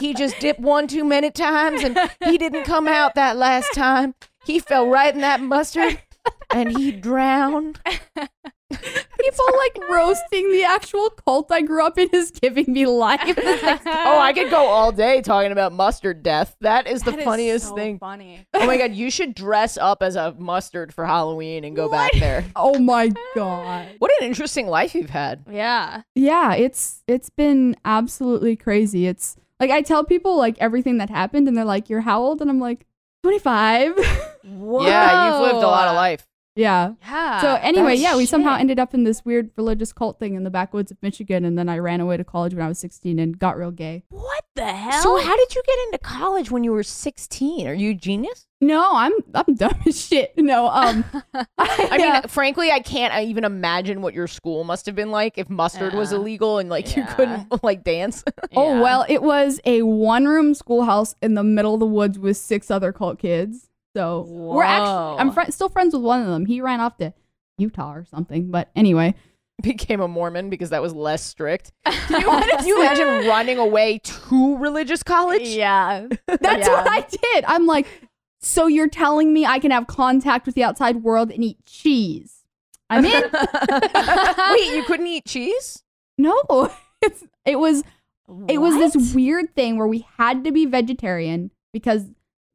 Speaker 2: He just dipped one too many times and he didn't come out that last time. He fell right in that mustard and he drowned.
Speaker 1: people like roasting the actual cult I grew up in is giving me life
Speaker 2: Oh, I could go all day talking about mustard death. That is the
Speaker 3: That is
Speaker 2: funniest
Speaker 3: so
Speaker 2: thing.
Speaker 3: Funny.
Speaker 2: Oh my god, you should dress up as a mustard for Halloween and go back there.
Speaker 1: oh my god
Speaker 2: What an interesting life you've had.
Speaker 3: Yeah.
Speaker 1: yeah it's it's been absolutely crazy it's like i tell people like everything that happened and they're like you're how old and i'm like 25
Speaker 3: Whoa.
Speaker 2: Yeah, you've lived a lot of life.
Speaker 1: yeah
Speaker 3: Yeah. Oh,
Speaker 1: so anyway
Speaker 2: that's
Speaker 1: yeah we somehow
Speaker 2: shit.
Speaker 1: ended up in this weird religious cult thing in the backwoods of michigan and then i ran away to college when i was 16 and got real gay
Speaker 4: What the hell?
Speaker 2: So how did you get into college when you were 16? Are you a genius?
Speaker 1: no i'm i'm dumb as shit no um
Speaker 2: I mean, frankly, I can't even imagine what your school must have been like if mustard was
Speaker 3: Yeah.
Speaker 2: illegal and like you
Speaker 3: Yeah.
Speaker 2: couldn't like dance.
Speaker 1: oh well it was a one room schoolhouse in the middle of the woods with six other cult kids so we're
Speaker 3: Whoa.
Speaker 1: actually i'm fri still friends with one of them he ran off to utah or something but anyway
Speaker 2: Became a Mormon because that was less strict. Can you, can you imagine running away to religious college?
Speaker 3: Yeah.
Speaker 1: That's
Speaker 3: Yeah.
Speaker 1: what I did. I'm like, so you're telling me I can have contact with the outside world and eat cheese? I'm in.
Speaker 2: Wait, you couldn't eat cheese?
Speaker 1: no, it's it was it was this weird thing where we had to be vegetarian because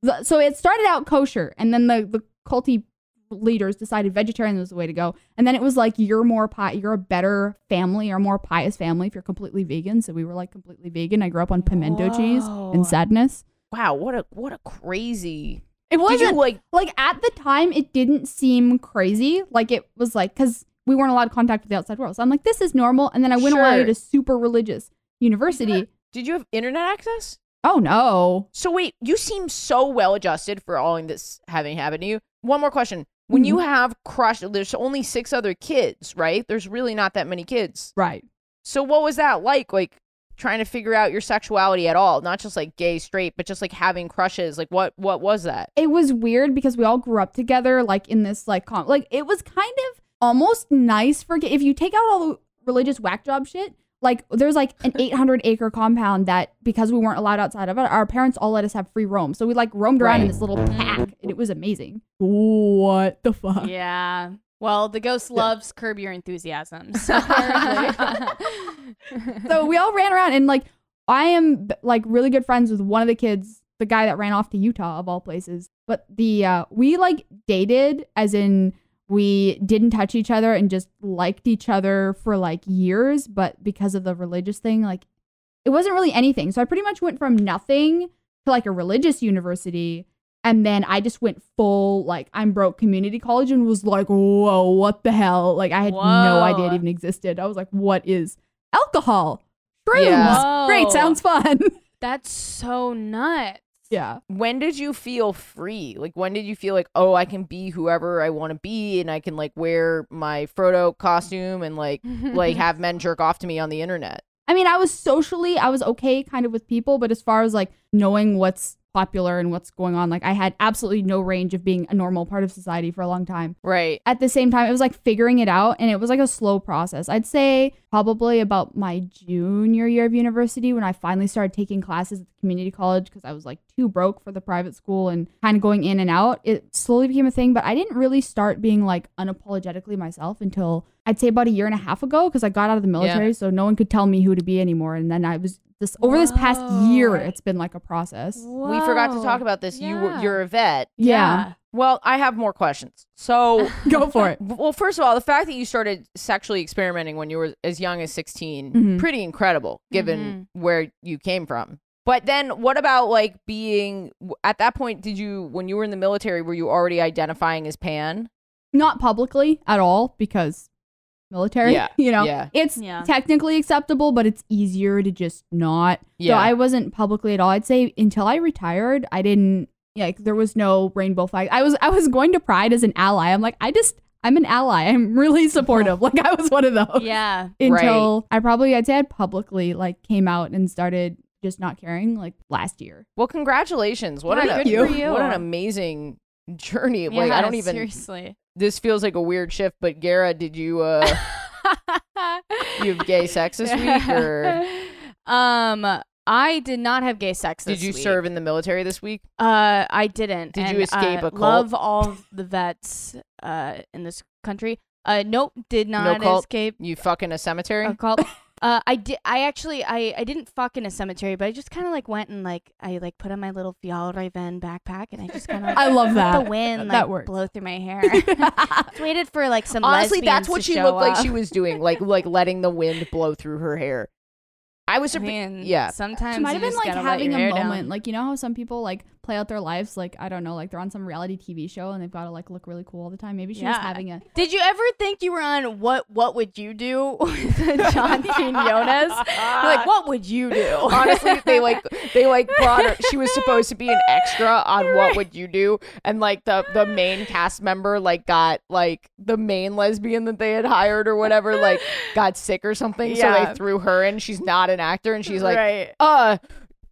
Speaker 1: the, so it started out kosher and then the the culty leaders decided vegetarian was the way to go and then it was like you're more pi- you're a better family or more pious family if you're completely vegan so we were like completely vegan i grew up on pimento cheese
Speaker 2: Whoa.
Speaker 1: and sadness
Speaker 2: Wow, what a what a crazy.
Speaker 1: it
Speaker 2: Did
Speaker 1: wasn't
Speaker 2: you like
Speaker 1: like at the time it didn't seem crazy like it was like because we weren't allowed contact with the outside world. So I'm like, this is normal. And then I went away
Speaker 2: Sure.
Speaker 1: to super religious university.
Speaker 2: Did you have internet access?
Speaker 1: Oh no.
Speaker 2: So wait, you seem so well adjusted for all of this having happened to you. One more question. When you have crushed there's only six other kids, right? There's really not that many kids.
Speaker 1: Right.
Speaker 2: So what was that like? Like trying to figure out your sexuality at all, not just like gay, straight, but just like having crushes. Like what what was that?
Speaker 1: it was weird because we all grew up together like in this like com- like it was kind of almost nice for if you take out all the religious whack job shit like there's like an 800 acre compound that because we weren't allowed outside of it our parents all let us have free roam so we like roamed around in
Speaker 2: Right.
Speaker 1: this little pack and it was amazing what the fuck
Speaker 3: Yeah. Well, the ghost loves curb your enthusiasm. So
Speaker 1: so we all ran around and like I am b- like really good friends with one of the kids, the guy that ran off to Utah of all places. But the uh we like dated as in we didn't touch each other and just liked each other for like years, but because of the religious thing, like it wasn't really anything. So I pretty much went from nothing to like a religious university. And then I just went full, like, I'm broke community college and was like, whoa, what the hell? Like, I had no
Speaker 3: Whoa.
Speaker 1: idea it even existed. I was like, what is alcohol? Shrooms.
Speaker 2: Yeah.
Speaker 1: Great. Sounds fun.
Speaker 3: that's so nuts.
Speaker 1: yeah.
Speaker 2: When did you feel free? Like when did you feel like, "Oh, I can be whoever I want to be and I can like wear my Frodo costume and like like have men jerk off to me on the internet?"
Speaker 1: I mean, I was socially, I was okay kind of with people, but as far as like knowing what's popular and what's going on, like, I had absolutely no range of being a normal part of society for a long time.
Speaker 2: Right.
Speaker 1: at the same time, it was like figuring it out and it was like a slow process. I'd say probably about my junior year of university when I finally started taking classes at the community college because I was like too broke for the private school and kind of going in and out. It slowly became a thing, but I didn't really start being like unapologetically myself until I'd say about a year and a half ago because I got out of the military. So no one could tell me who to be anymore. And then I was this over this past year,
Speaker 3: Whoa.
Speaker 1: it's been like a process.
Speaker 2: We forgot to talk about this. You were
Speaker 3: Yeah.
Speaker 2: you're a vet.
Speaker 1: Yeah.
Speaker 2: Well, I have more questions. So,
Speaker 1: Go for it.
Speaker 2: well, first of all, the fact that you started sexually experimenting when you were as young as 16,
Speaker 3: Mm-hmm.
Speaker 1: Mhm.
Speaker 2: pretty incredible given where you came from. But then what about like being at that point did you when you were in the military were you already identifying as pan?
Speaker 1: not publicly at all because military
Speaker 2: Yeah,
Speaker 1: you know
Speaker 2: yeah.
Speaker 1: it's
Speaker 3: Yeah.
Speaker 1: technically acceptable but it's easier to just not
Speaker 2: Yeah.
Speaker 1: so i wasn't publicly at all i'd say until i retired i didn't like there was no rainbow flag i was i was going to pride as an ally i'm like i just i'm an ally i'm really supportive like i was one of those
Speaker 3: Yeah.
Speaker 1: until i probably i'd say i publicly like came out and started just not caring like last year
Speaker 2: Well, congratulations. What
Speaker 3: Yeah,
Speaker 2: an
Speaker 3: good for you.
Speaker 2: what an amazing journey. Like
Speaker 3: Yeah,
Speaker 2: I don't even
Speaker 3: seriously.
Speaker 2: this feels like a weird shift, but Gara, did you uh you have gay sex this week or
Speaker 3: um, I did not have gay sex.
Speaker 2: Did
Speaker 3: this
Speaker 2: you
Speaker 3: week.
Speaker 2: serve in the military this week?
Speaker 3: Uh, I didn't.
Speaker 2: Did you
Speaker 3: and,
Speaker 2: escape
Speaker 3: uh,
Speaker 2: a cult?
Speaker 3: Love all the vets uh in this country. Uh, nope, did not
Speaker 2: cult?
Speaker 3: escape
Speaker 2: You fuck in a cemetery?
Speaker 3: a cult. Uh, I did. I actually, I, I didn't fuck in a cemetery, but I just kind of like went and like I like put on my little Fjallraven backpack and I just kind of
Speaker 1: i love
Speaker 3: the
Speaker 1: that
Speaker 3: wind
Speaker 1: That
Speaker 3: like
Speaker 1: works.
Speaker 3: blow through my hair. Just waited for like some.
Speaker 2: Honestly,
Speaker 3: lesbians
Speaker 2: that's
Speaker 3: to
Speaker 2: what she
Speaker 3: show
Speaker 2: looked like
Speaker 3: up.
Speaker 2: she was doing, like like letting the wind blow through her hair. I was
Speaker 3: I
Speaker 2: surprised.
Speaker 3: mean,
Speaker 2: yeah.
Speaker 3: Sometimes
Speaker 1: She might have
Speaker 3: you
Speaker 1: been
Speaker 3: just
Speaker 1: like
Speaker 3: gotta let
Speaker 1: having
Speaker 3: your
Speaker 1: a
Speaker 3: hair
Speaker 1: moment,
Speaker 3: Down.
Speaker 1: like you know how some people like play out their lives, like I don't know, like they're on some reality TV show and they've got to like look really cool all the time. Maybe she was
Speaker 3: Yeah.
Speaker 1: having a
Speaker 3: Did you ever think you were on what? What would you do, with John Quinones? like, what would you do?
Speaker 2: Honestly, they like they like brought her. She was supposed to be an extra on What Would You Do, and like the the main cast member like got like the main lesbian that they had hired or whatever like got sick or something, so
Speaker 3: Yeah.
Speaker 2: they threw her in. She's not an actor, and she's like,
Speaker 3: right.
Speaker 2: uh,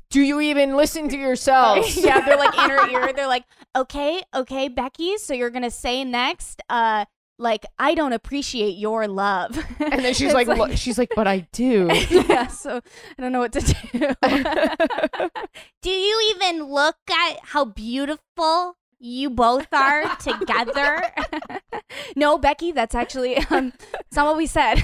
Speaker 2: do you even listen to
Speaker 3: "Oh."
Speaker 2: yourselves?
Speaker 4: yeah, they're like in her ear. They're like, okay, okay, Becky. So you're gonna say next, uh, like I don't appreciate your love.
Speaker 2: And then she's
Speaker 3: It's
Speaker 2: like,
Speaker 3: like-
Speaker 2: "Look," she's like, but I do.
Speaker 3: yeah, so I don't know what to do.
Speaker 4: Do you even look at how beautiful you both are together?
Speaker 3: no, Becky, that's actually um, it's not what we said.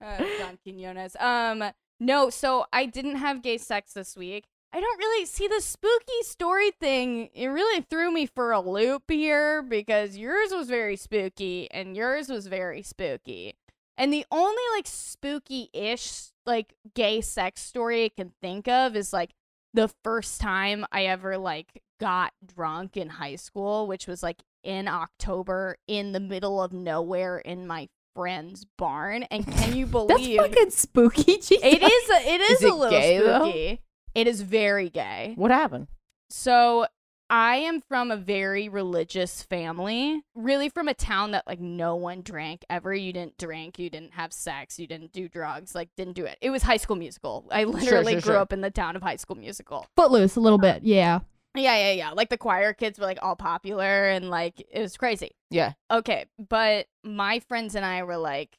Speaker 3: uh, Don Quinones. Um, no, so I didn't have gay sex this week. I don't really see the spooky story thing. It really threw me for a loop here because yours was very spooky and yours was very spooky. And the only like spooky ish like gay sex story I can think of is like the first time I ever like got drunk in high school, which was like in October in the middle of nowhere in my friend's barn. And can you
Speaker 1: That's
Speaker 3: believe
Speaker 1: fucking spooky. Jesus.
Speaker 3: it is? A, it is,
Speaker 2: Is it
Speaker 3: a little
Speaker 2: gay, though?
Speaker 3: spooky. It is very gay.
Speaker 2: What happened?
Speaker 3: So I am from a very religious family, really from a town that like no one drank ever. You didn't drink, you didn't have sex, you didn't do drugs, like didn't do it. It was High School Musical. I literally
Speaker 2: sure,
Speaker 3: grew
Speaker 2: sure.
Speaker 3: up in the town of High School Musical.
Speaker 1: Footloose a little bit. Yeah.
Speaker 3: Yeah, yeah, yeah. Like the choir kids were like all popular and like it was crazy.
Speaker 2: Yeah.
Speaker 3: Okay, but my friends and I were like,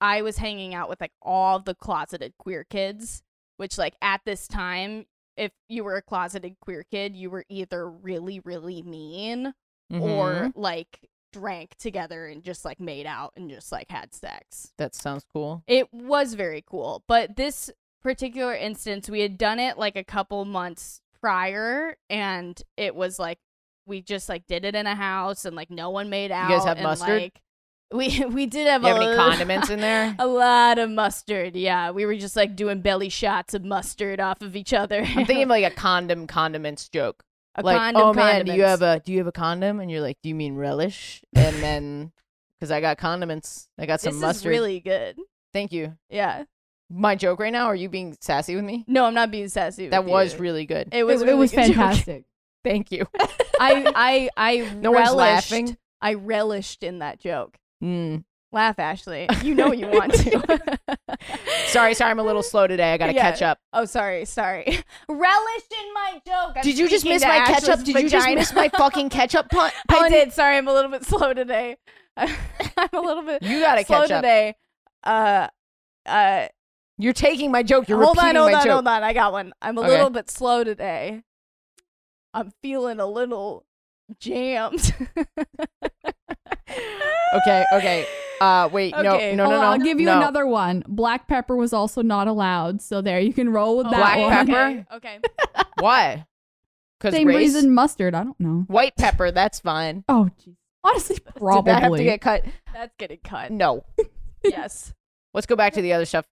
Speaker 3: I was hanging out with like all the closeted queer kids, which like at this time, if you were a closeted queer kid, you were either really, really mean
Speaker 2: Mm-hmm.
Speaker 3: or like drank together and just like made out and just like had sex.
Speaker 2: that sounds cool.
Speaker 3: It was very cool. But this particular instance, we had done it like a couple months prior, and it was like we just like did it in a house, and like no one made out.
Speaker 2: guys have
Speaker 3: and,
Speaker 2: mustard?
Speaker 3: Like, we we did have,
Speaker 2: You have
Speaker 3: a
Speaker 2: any
Speaker 3: lot-
Speaker 2: condiments in there?
Speaker 3: A lot of mustard, yeah. We were just like doing belly shots of mustard off of each other.
Speaker 2: I'm thinking of like a condom condiments joke.
Speaker 3: a
Speaker 2: like,
Speaker 3: condom,
Speaker 2: oh man, do you
Speaker 3: condiments.
Speaker 2: have a do you have a condom? And you're like, do you mean relish? And then because I got condiments, I got some
Speaker 3: This is
Speaker 2: mustard.
Speaker 3: really good.
Speaker 2: Thank you.
Speaker 3: Yeah.
Speaker 2: My joke right now. Are you being sassy with me?
Speaker 3: No, I'm not being sassy. with
Speaker 2: That was
Speaker 3: you.
Speaker 2: really good.
Speaker 3: It was.
Speaker 1: it,
Speaker 3: really
Speaker 1: was
Speaker 3: good joke.
Speaker 1: fantastic.
Speaker 2: Thank you.
Speaker 3: I I I
Speaker 2: No
Speaker 3: relished.
Speaker 2: one's laughing.
Speaker 3: I relished in that joke.
Speaker 2: Mm.
Speaker 3: Laugh, Ashley. You know you want to.
Speaker 2: Sorry, sorry. I'm a little slow today. I got to
Speaker 3: Yeah.
Speaker 2: catch up.
Speaker 3: Oh, sorry, sorry. Relished in my joke. I'm
Speaker 2: Did you just
Speaker 3: speaking
Speaker 2: miss
Speaker 3: to
Speaker 2: my
Speaker 3: Ashley's
Speaker 2: ketchup? Did you just
Speaker 3: vagina.
Speaker 2: miss my fucking ketchup pun?
Speaker 3: I
Speaker 2: pun?
Speaker 3: did. Sorry, I'm a little bit slow today. I'm a little bit
Speaker 2: You gotta
Speaker 3: slow
Speaker 2: catch up.
Speaker 3: today. Uh, uh.
Speaker 2: You're taking my joke. You're
Speaker 3: hold on,
Speaker 2: repeating
Speaker 3: hold
Speaker 2: my
Speaker 3: on,
Speaker 2: joke.
Speaker 3: hold on. I got one. I'm a
Speaker 2: Okay.
Speaker 3: little bit slow today. I'm feeling a little jammed.
Speaker 2: Okay, okay. Uh, wait.
Speaker 3: Okay,
Speaker 1: Hold
Speaker 2: no, no, no,
Speaker 1: on,
Speaker 2: no.
Speaker 1: Oh, I'll give you
Speaker 2: no.
Speaker 1: another one. Black pepper was also not allowed, so there you can roll with
Speaker 3: Oh,
Speaker 1: that
Speaker 2: Black
Speaker 1: one.
Speaker 2: pepper?
Speaker 3: Okay.
Speaker 2: Why? Because
Speaker 1: Same reason mustard. I don't know.
Speaker 2: White pepper. That's fine.
Speaker 1: Oh, geez. honestly,
Speaker 2: Did that have to
Speaker 1: probably.
Speaker 2: get cut?
Speaker 3: That's getting cut.
Speaker 2: No.
Speaker 3: Yes.
Speaker 2: Let's go back to the other stuff.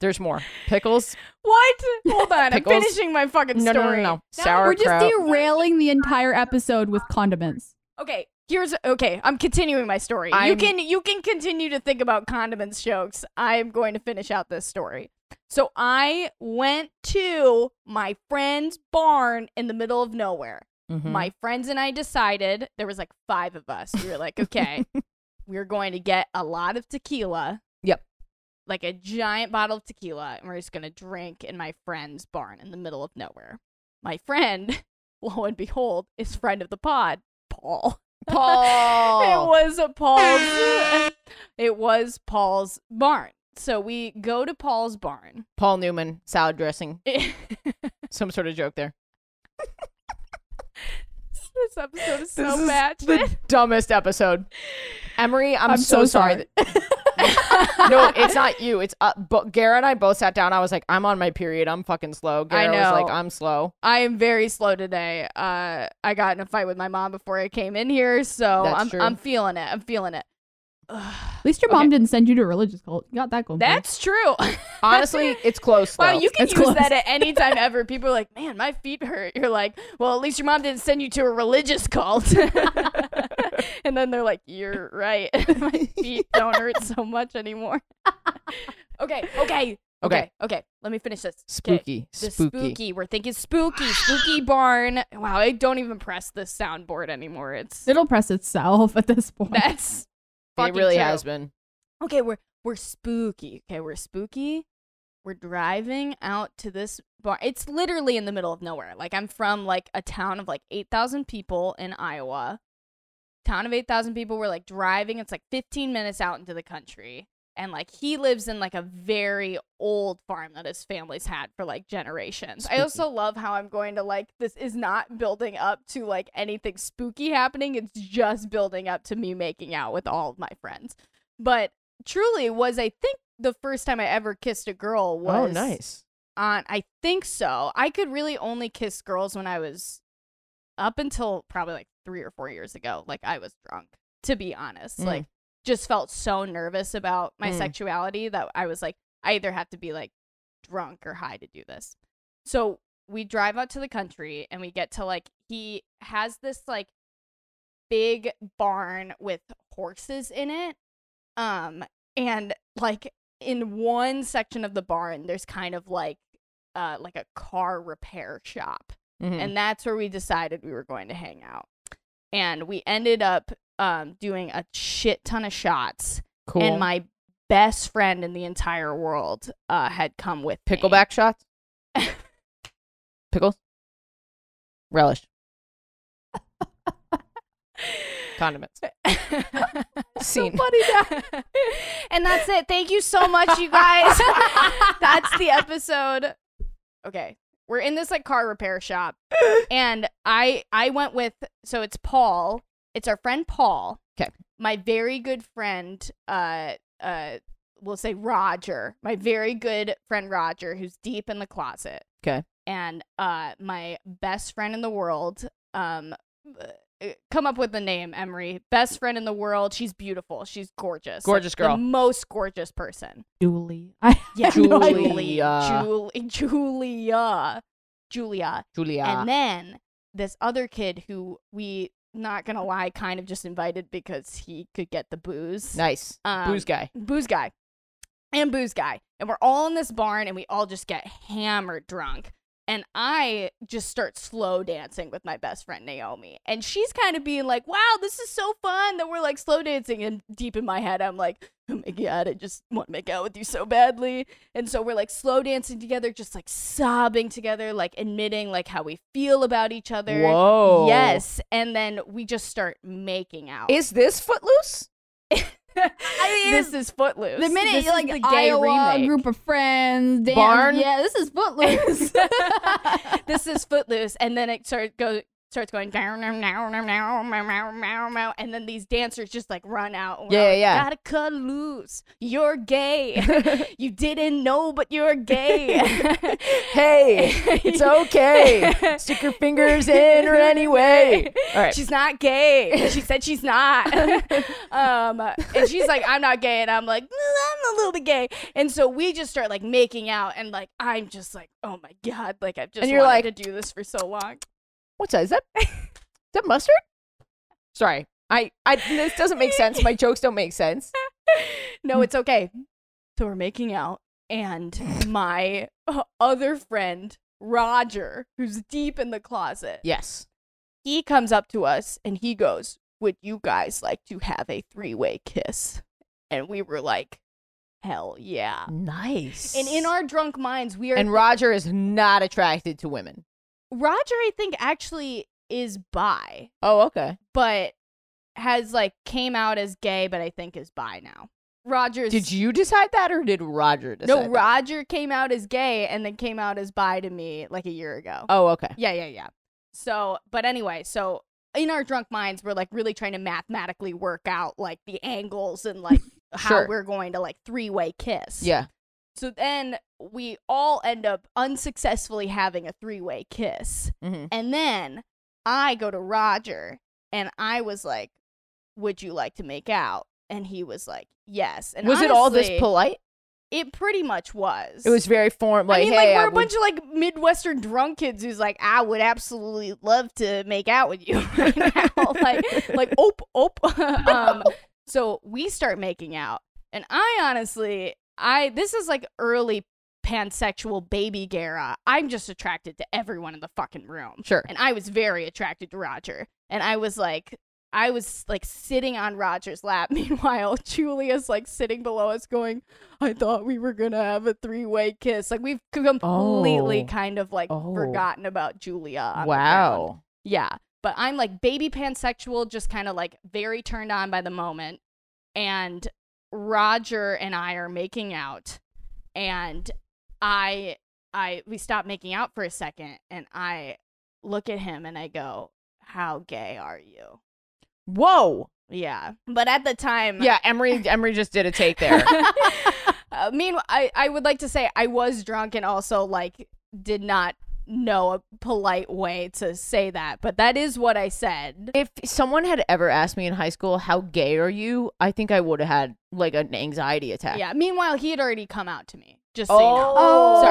Speaker 2: There's more pickles.
Speaker 3: What? Hold on. I'm
Speaker 2: Pickles.
Speaker 3: finishing my fucking
Speaker 2: No, no, no,
Speaker 3: story.
Speaker 2: no, no.
Speaker 1: We're
Speaker 2: Sauerkraut.
Speaker 1: just derailing the entire episode with condiments.
Speaker 3: Okay, here's okay. I'm continuing my story. You
Speaker 2: I'm-
Speaker 3: can you can continue to think about condiments jokes. I'm going to finish out this story. So I went to my friend's barn in the middle of nowhere.
Speaker 2: Mhm.
Speaker 3: My friends and I decided there was like five of us. We were like, okay, we're going to get a lot of tequila.
Speaker 2: Yep.
Speaker 3: Like a giant bottle of tequila, and we're just gonna drink in my friend's barn in the middle of nowhere. My friend, lo and behold, is friend of the pod, Paul. it
Speaker 2: Paul.
Speaker 3: was Paul's. it was Paul's barn. So we go to Paul's barn.
Speaker 2: Paul Newman salad dressing. Some sort of joke there.
Speaker 3: this episode is
Speaker 2: This
Speaker 3: so
Speaker 2: is
Speaker 3: bad.
Speaker 2: The dumbest episode. Emery, I'm, so, sorry. that- no, it's not you. It's uh, but Gara and I both sat down. I was like, I'm on my period. I'm fucking slow.
Speaker 3: I
Speaker 2: Gara was like,
Speaker 3: know.
Speaker 2: I'm slow.
Speaker 3: I am very slow today. Uh, I got in a fight with my mom before I came in here, so
Speaker 2: That's
Speaker 3: I'm
Speaker 2: true.
Speaker 3: I'm feeling it. I'm feeling it. Ugh.
Speaker 1: At least your mom didn't send you to a religious cult. You got that going. for you.
Speaker 3: That's true.
Speaker 2: Honestly, it's close.
Speaker 3: Wow,
Speaker 2: though.
Speaker 3: you can
Speaker 1: That's
Speaker 3: use
Speaker 1: close.
Speaker 3: that at any time ever. People are like, man, my feet hurt. You're like, well, at least your mom didn't send you to a religious cult. and then they're like, you're right. my feet don't hurt so much anymore. okay, okay, okay, okay. Let me finish this. 'Kay.
Speaker 2: Spooky,
Speaker 3: The
Speaker 2: spooky.
Speaker 3: spooky. We're thinking spooky, spooky barn. Wow, I don't even press the soundboard anymore. It's
Speaker 1: It'll press itself at this point.
Speaker 3: that's
Speaker 2: It
Speaker 3: fucking
Speaker 2: really
Speaker 3: true.
Speaker 2: has been.
Speaker 3: okay, we're we're spooky. Okay, we're spooky. We're driving out to this bar. It's literally in the middle of nowhere. Like I'm from like a town of like 8,000 people in Iowa. Town of 8,000 people. We're like driving. It's like 15 minutes out into the country. And like he lives in like a very old farm that his family's had for like generations. I
Speaker 2: Spooky.
Speaker 3: also love how I'm going to like this is not building up to like anything spooky happening. It's just building up to me making out with all of my friends. But truly was I think the first time I ever kissed a girl was
Speaker 2: oh, nice.
Speaker 3: on I think so. I could really only kiss girls when I was up until probably like 3 or 4 years ago. Like I was drunk, to be honest.
Speaker 2: Mm.
Speaker 3: Like just felt so nervous about my
Speaker 2: Mm.
Speaker 3: sexuality that I was like I either have to be like drunk or high to do this. So we drive out to the country and we get to like he has this like big barn with horses in it. Um, and like in one section of the barn, there's kind of like uh like a car repair shop.
Speaker 2: Mhm.
Speaker 3: And that's where we decided we were going to hang out. And we ended up um doing a shit ton of shots.
Speaker 2: cool.
Speaker 3: And my best friend in the entire world uh had come with me.
Speaker 2: pickleback shots. Pickles. Relish. Condiments. Scene.
Speaker 3: and that's it. Thank you so much, you guys. that's the episode. Okay. We're in this like car repair shop. And I I went with so it's Paul. It's our friend Paul.
Speaker 2: Okay.
Speaker 3: My very good friend, uh uh we'll say Roger. My very good friend Roger, who's deep in the closet.
Speaker 2: Okay.
Speaker 3: And uh my best friend in the world, um uh, come up with the name, Emery. Best friend in the world. She's beautiful. She's gorgeous. Like,
Speaker 2: Gorgeous girl.
Speaker 3: The most gorgeous person.
Speaker 1: Julie. I
Speaker 3: Yeah.
Speaker 1: no idea.
Speaker 2: Julia.
Speaker 3: Julie, Julia. Julia.
Speaker 2: Julia.
Speaker 3: And then this other kid who we, not gonna lie, kind of just invited because he could get the booze.
Speaker 2: nice.
Speaker 3: Um,
Speaker 2: Booze guy.
Speaker 3: booze guy and booze guy and we're all in this barn and we all just get hammered drunk and i just start slow dancing with my best friend naomi and she's kind of being like wow this is so fun that we're like slow dancing and deep in my head i'm like oh my god i just want to make out with you so badly and so we're like slow dancing together just like sobbing together like admitting like how we feel about each other
Speaker 2: Whoa.
Speaker 3: yes and then we just start making out
Speaker 2: Is this Footloose?
Speaker 3: this is footloose
Speaker 1: the minute
Speaker 3: This
Speaker 1: you're
Speaker 3: is
Speaker 1: like
Speaker 3: the gay
Speaker 1: Iowa
Speaker 3: remake.
Speaker 1: group of friends, damn,
Speaker 2: Barn?
Speaker 1: Yeah, this is footloose.
Speaker 3: this is Footloose, and then it start go starts going down now now now now now now now, and then these dancers just like run out. and we're
Speaker 2: Yeah,
Speaker 3: like,
Speaker 2: yeah.
Speaker 3: Gotta cut loose. You're gay. you didn't know, but you're gay.
Speaker 2: Hey, it's okay. Stick your fingers in her anyway. All right.
Speaker 3: She's not gay. She said she's not. um, and she's like, I'm not gay. And I'm like, "Mm, I'm a little bit gay. And so we just start like making out. And like, I'm just like, oh my God. Like, I've just
Speaker 2: And you're
Speaker 3: wanted to do this for so long.
Speaker 2: What's that? Is that is that mustard? Sorry. I, I this doesn't make sense. My jokes don't make sense.
Speaker 3: No, it's okay. So we're making out, and my uh, other friend, Roger, who's deep in the closet,
Speaker 2: Yes.
Speaker 3: he comes up to us and he goes, Would you guys like to have a three way kiss? And we were like, Hell yeah.
Speaker 2: Nice.
Speaker 3: And in our drunk minds, we are.
Speaker 2: and Roger is not attracted to women.
Speaker 3: Roger, I think, actually is bi,
Speaker 2: Oh, okay.
Speaker 3: but has like came out as gay, but I think is bi now. Roger's.
Speaker 2: Did you decide that, or did Roger decide?
Speaker 3: No,
Speaker 2: that?
Speaker 3: Roger came out as gay and then came out as bi to me like a year ago.
Speaker 2: Oh, okay.
Speaker 3: Yeah, yeah, yeah. So, but anyway, so in our drunk minds, we're like really trying to mathematically work out like the angles and like
Speaker 2: Sure.
Speaker 3: how we're going to like three way kiss.
Speaker 2: Yeah.
Speaker 3: So then we all end up unsuccessfully having a three way kiss.
Speaker 2: Mm-hmm.
Speaker 3: And then I go to Roger and I was like, Would you like to make out? And he was like, Yes. And
Speaker 2: was it all
Speaker 3: honestly,
Speaker 2: this polite?
Speaker 3: It pretty much was.
Speaker 2: It was very form. Like,
Speaker 3: I mean,
Speaker 2: hey,
Speaker 3: like we're
Speaker 2: I
Speaker 3: a
Speaker 2: would-
Speaker 3: bunch of like Midwestern drunk kids who's like, I would absolutely love to make out with you right now. like, like, op, op. um, so we start making out, and I honestly, I this is like early pansexual baby Gara. I'm just attracted to everyone in the fucking room,
Speaker 2: sure.
Speaker 3: and I was very attracted to Roger, and I was like. I was like sitting on Roger's lap. Meanwhile, Julia's like sitting below us going, I thought we were gonna have a three way kiss. Like we've completely
Speaker 2: Oh.
Speaker 3: kind of like
Speaker 2: Oh.
Speaker 3: forgotten about
Speaker 2: uh,
Speaker 3: Julia. on the ground.
Speaker 2: wow.
Speaker 3: Yeah. But I'm like baby pansexual, just kind of like very turned on by the moment. And Roger and I are making out. And I I we stop making out for a second and I look at him and I go, How gay are you?
Speaker 2: Whoa.
Speaker 3: Yeah. But at the time
Speaker 2: Yeah, Emery. Emery just did a take there.
Speaker 3: uh, meanwhile, I, I would like to say I was drunk and also like did not know a polite way to say that, but that is what I said.
Speaker 2: if someone had ever asked me in high school, "How gay are you?" I think I would have had like an anxiety attack.
Speaker 3: Yeah. Meanwhile, he had already come out to me. Just so you know.
Speaker 2: Oh.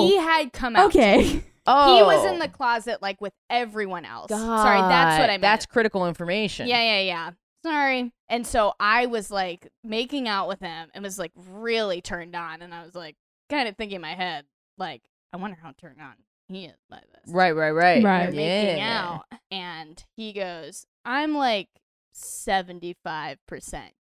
Speaker 3: Sorry. He had come out. to me.
Speaker 1: okay.
Speaker 2: Oh,
Speaker 3: He was in the closet like with everyone else. Sorry, that's what I meant.
Speaker 2: That's critical information.
Speaker 3: Yeah, yeah, yeah. Sorry. And so I was like making out with him and was like really turned on. And I was like kind of thinking in my head, like, I wonder how turned on he is by this.
Speaker 2: Right, right, right.
Speaker 1: Right.
Speaker 3: We're making
Speaker 2: Yeah.
Speaker 3: out. And he goes, I'm like 75%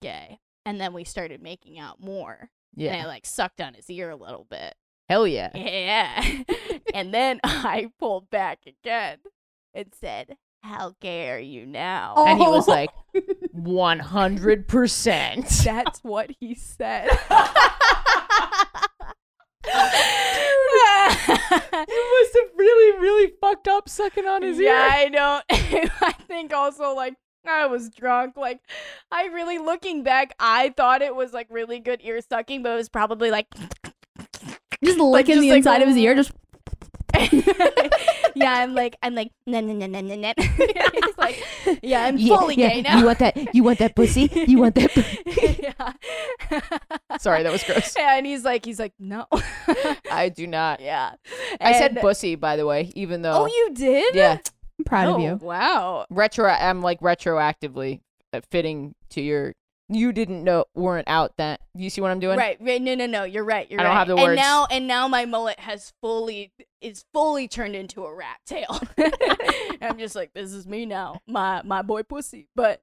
Speaker 3: gay. And then we started making out more. And I
Speaker 2: Yeah.
Speaker 3: like sucked on his ear a little bit.
Speaker 2: Hell yeah.
Speaker 3: Yeah. and then I pulled back again and said, How gay are you now?
Speaker 1: Oh.
Speaker 2: And he was like, 100%.
Speaker 3: Oh, That's what he said.
Speaker 2: He must have really, really fucked up sucking on his
Speaker 3: yeah,
Speaker 2: ear.
Speaker 3: I don't. I think also like I was drunk. Like I really looking back, I thought it was like really good ear sucking, but it was probably like
Speaker 1: Just
Speaker 3: Like,
Speaker 1: licking
Speaker 3: just
Speaker 1: the
Speaker 3: like-
Speaker 1: inside of his ear. Just
Speaker 3: yeah, I'm like
Speaker 4: I'm like, no, no, no, no, no, no.
Speaker 3: it's like yeah, I'm fully gay now.
Speaker 5: You want that? You want that pussy? You want that? pu-
Speaker 3: yeah.
Speaker 2: Sorry, that was gross.
Speaker 3: Yeah, and he's like he's like no.
Speaker 2: I do not.
Speaker 3: yeah.
Speaker 2: I said
Speaker 3: And-
Speaker 2: bussy, by the way, even though.
Speaker 3: Oh, you did?
Speaker 2: Yeah.
Speaker 1: I'm proud
Speaker 3: Oh,
Speaker 1: of you.
Speaker 3: Wow.
Speaker 2: Retro. I'm like retroactively uh, fitting to your. You didn't know, weren't out that. You see what I'm doing?
Speaker 3: Right, right. No, no, no. You're right. You're
Speaker 2: I don't
Speaker 3: right.
Speaker 2: have the
Speaker 3: and
Speaker 2: words.
Speaker 3: now and now my mullet has fully is fully turned into a rat tail. I'm just like, this is me now. My my boy pussy. But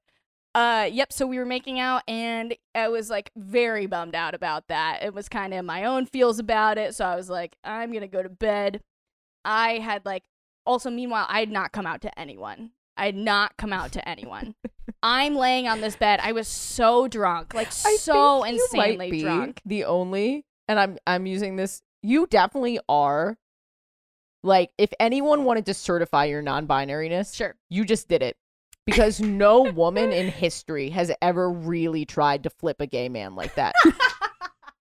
Speaker 3: uh yep, so we were making out and I was like very bummed out about that. It was kind of my own feels about it. So I was like, I'm gonna go to bed. I had like also meanwhile, I had not come out to anyone. I had not come out to anyone. I'm laying on this bed. I was so drunk, like
Speaker 2: I
Speaker 3: so
Speaker 2: think you might
Speaker 3: insanely
Speaker 2: be
Speaker 3: drunk.
Speaker 2: The only, and I'm I'm using this. You definitely are. Like, if anyone wanted to certify your non-binariness,
Speaker 3: Sure.
Speaker 2: you just did it. Because no woman in history has ever really tried to flip a gay man like that.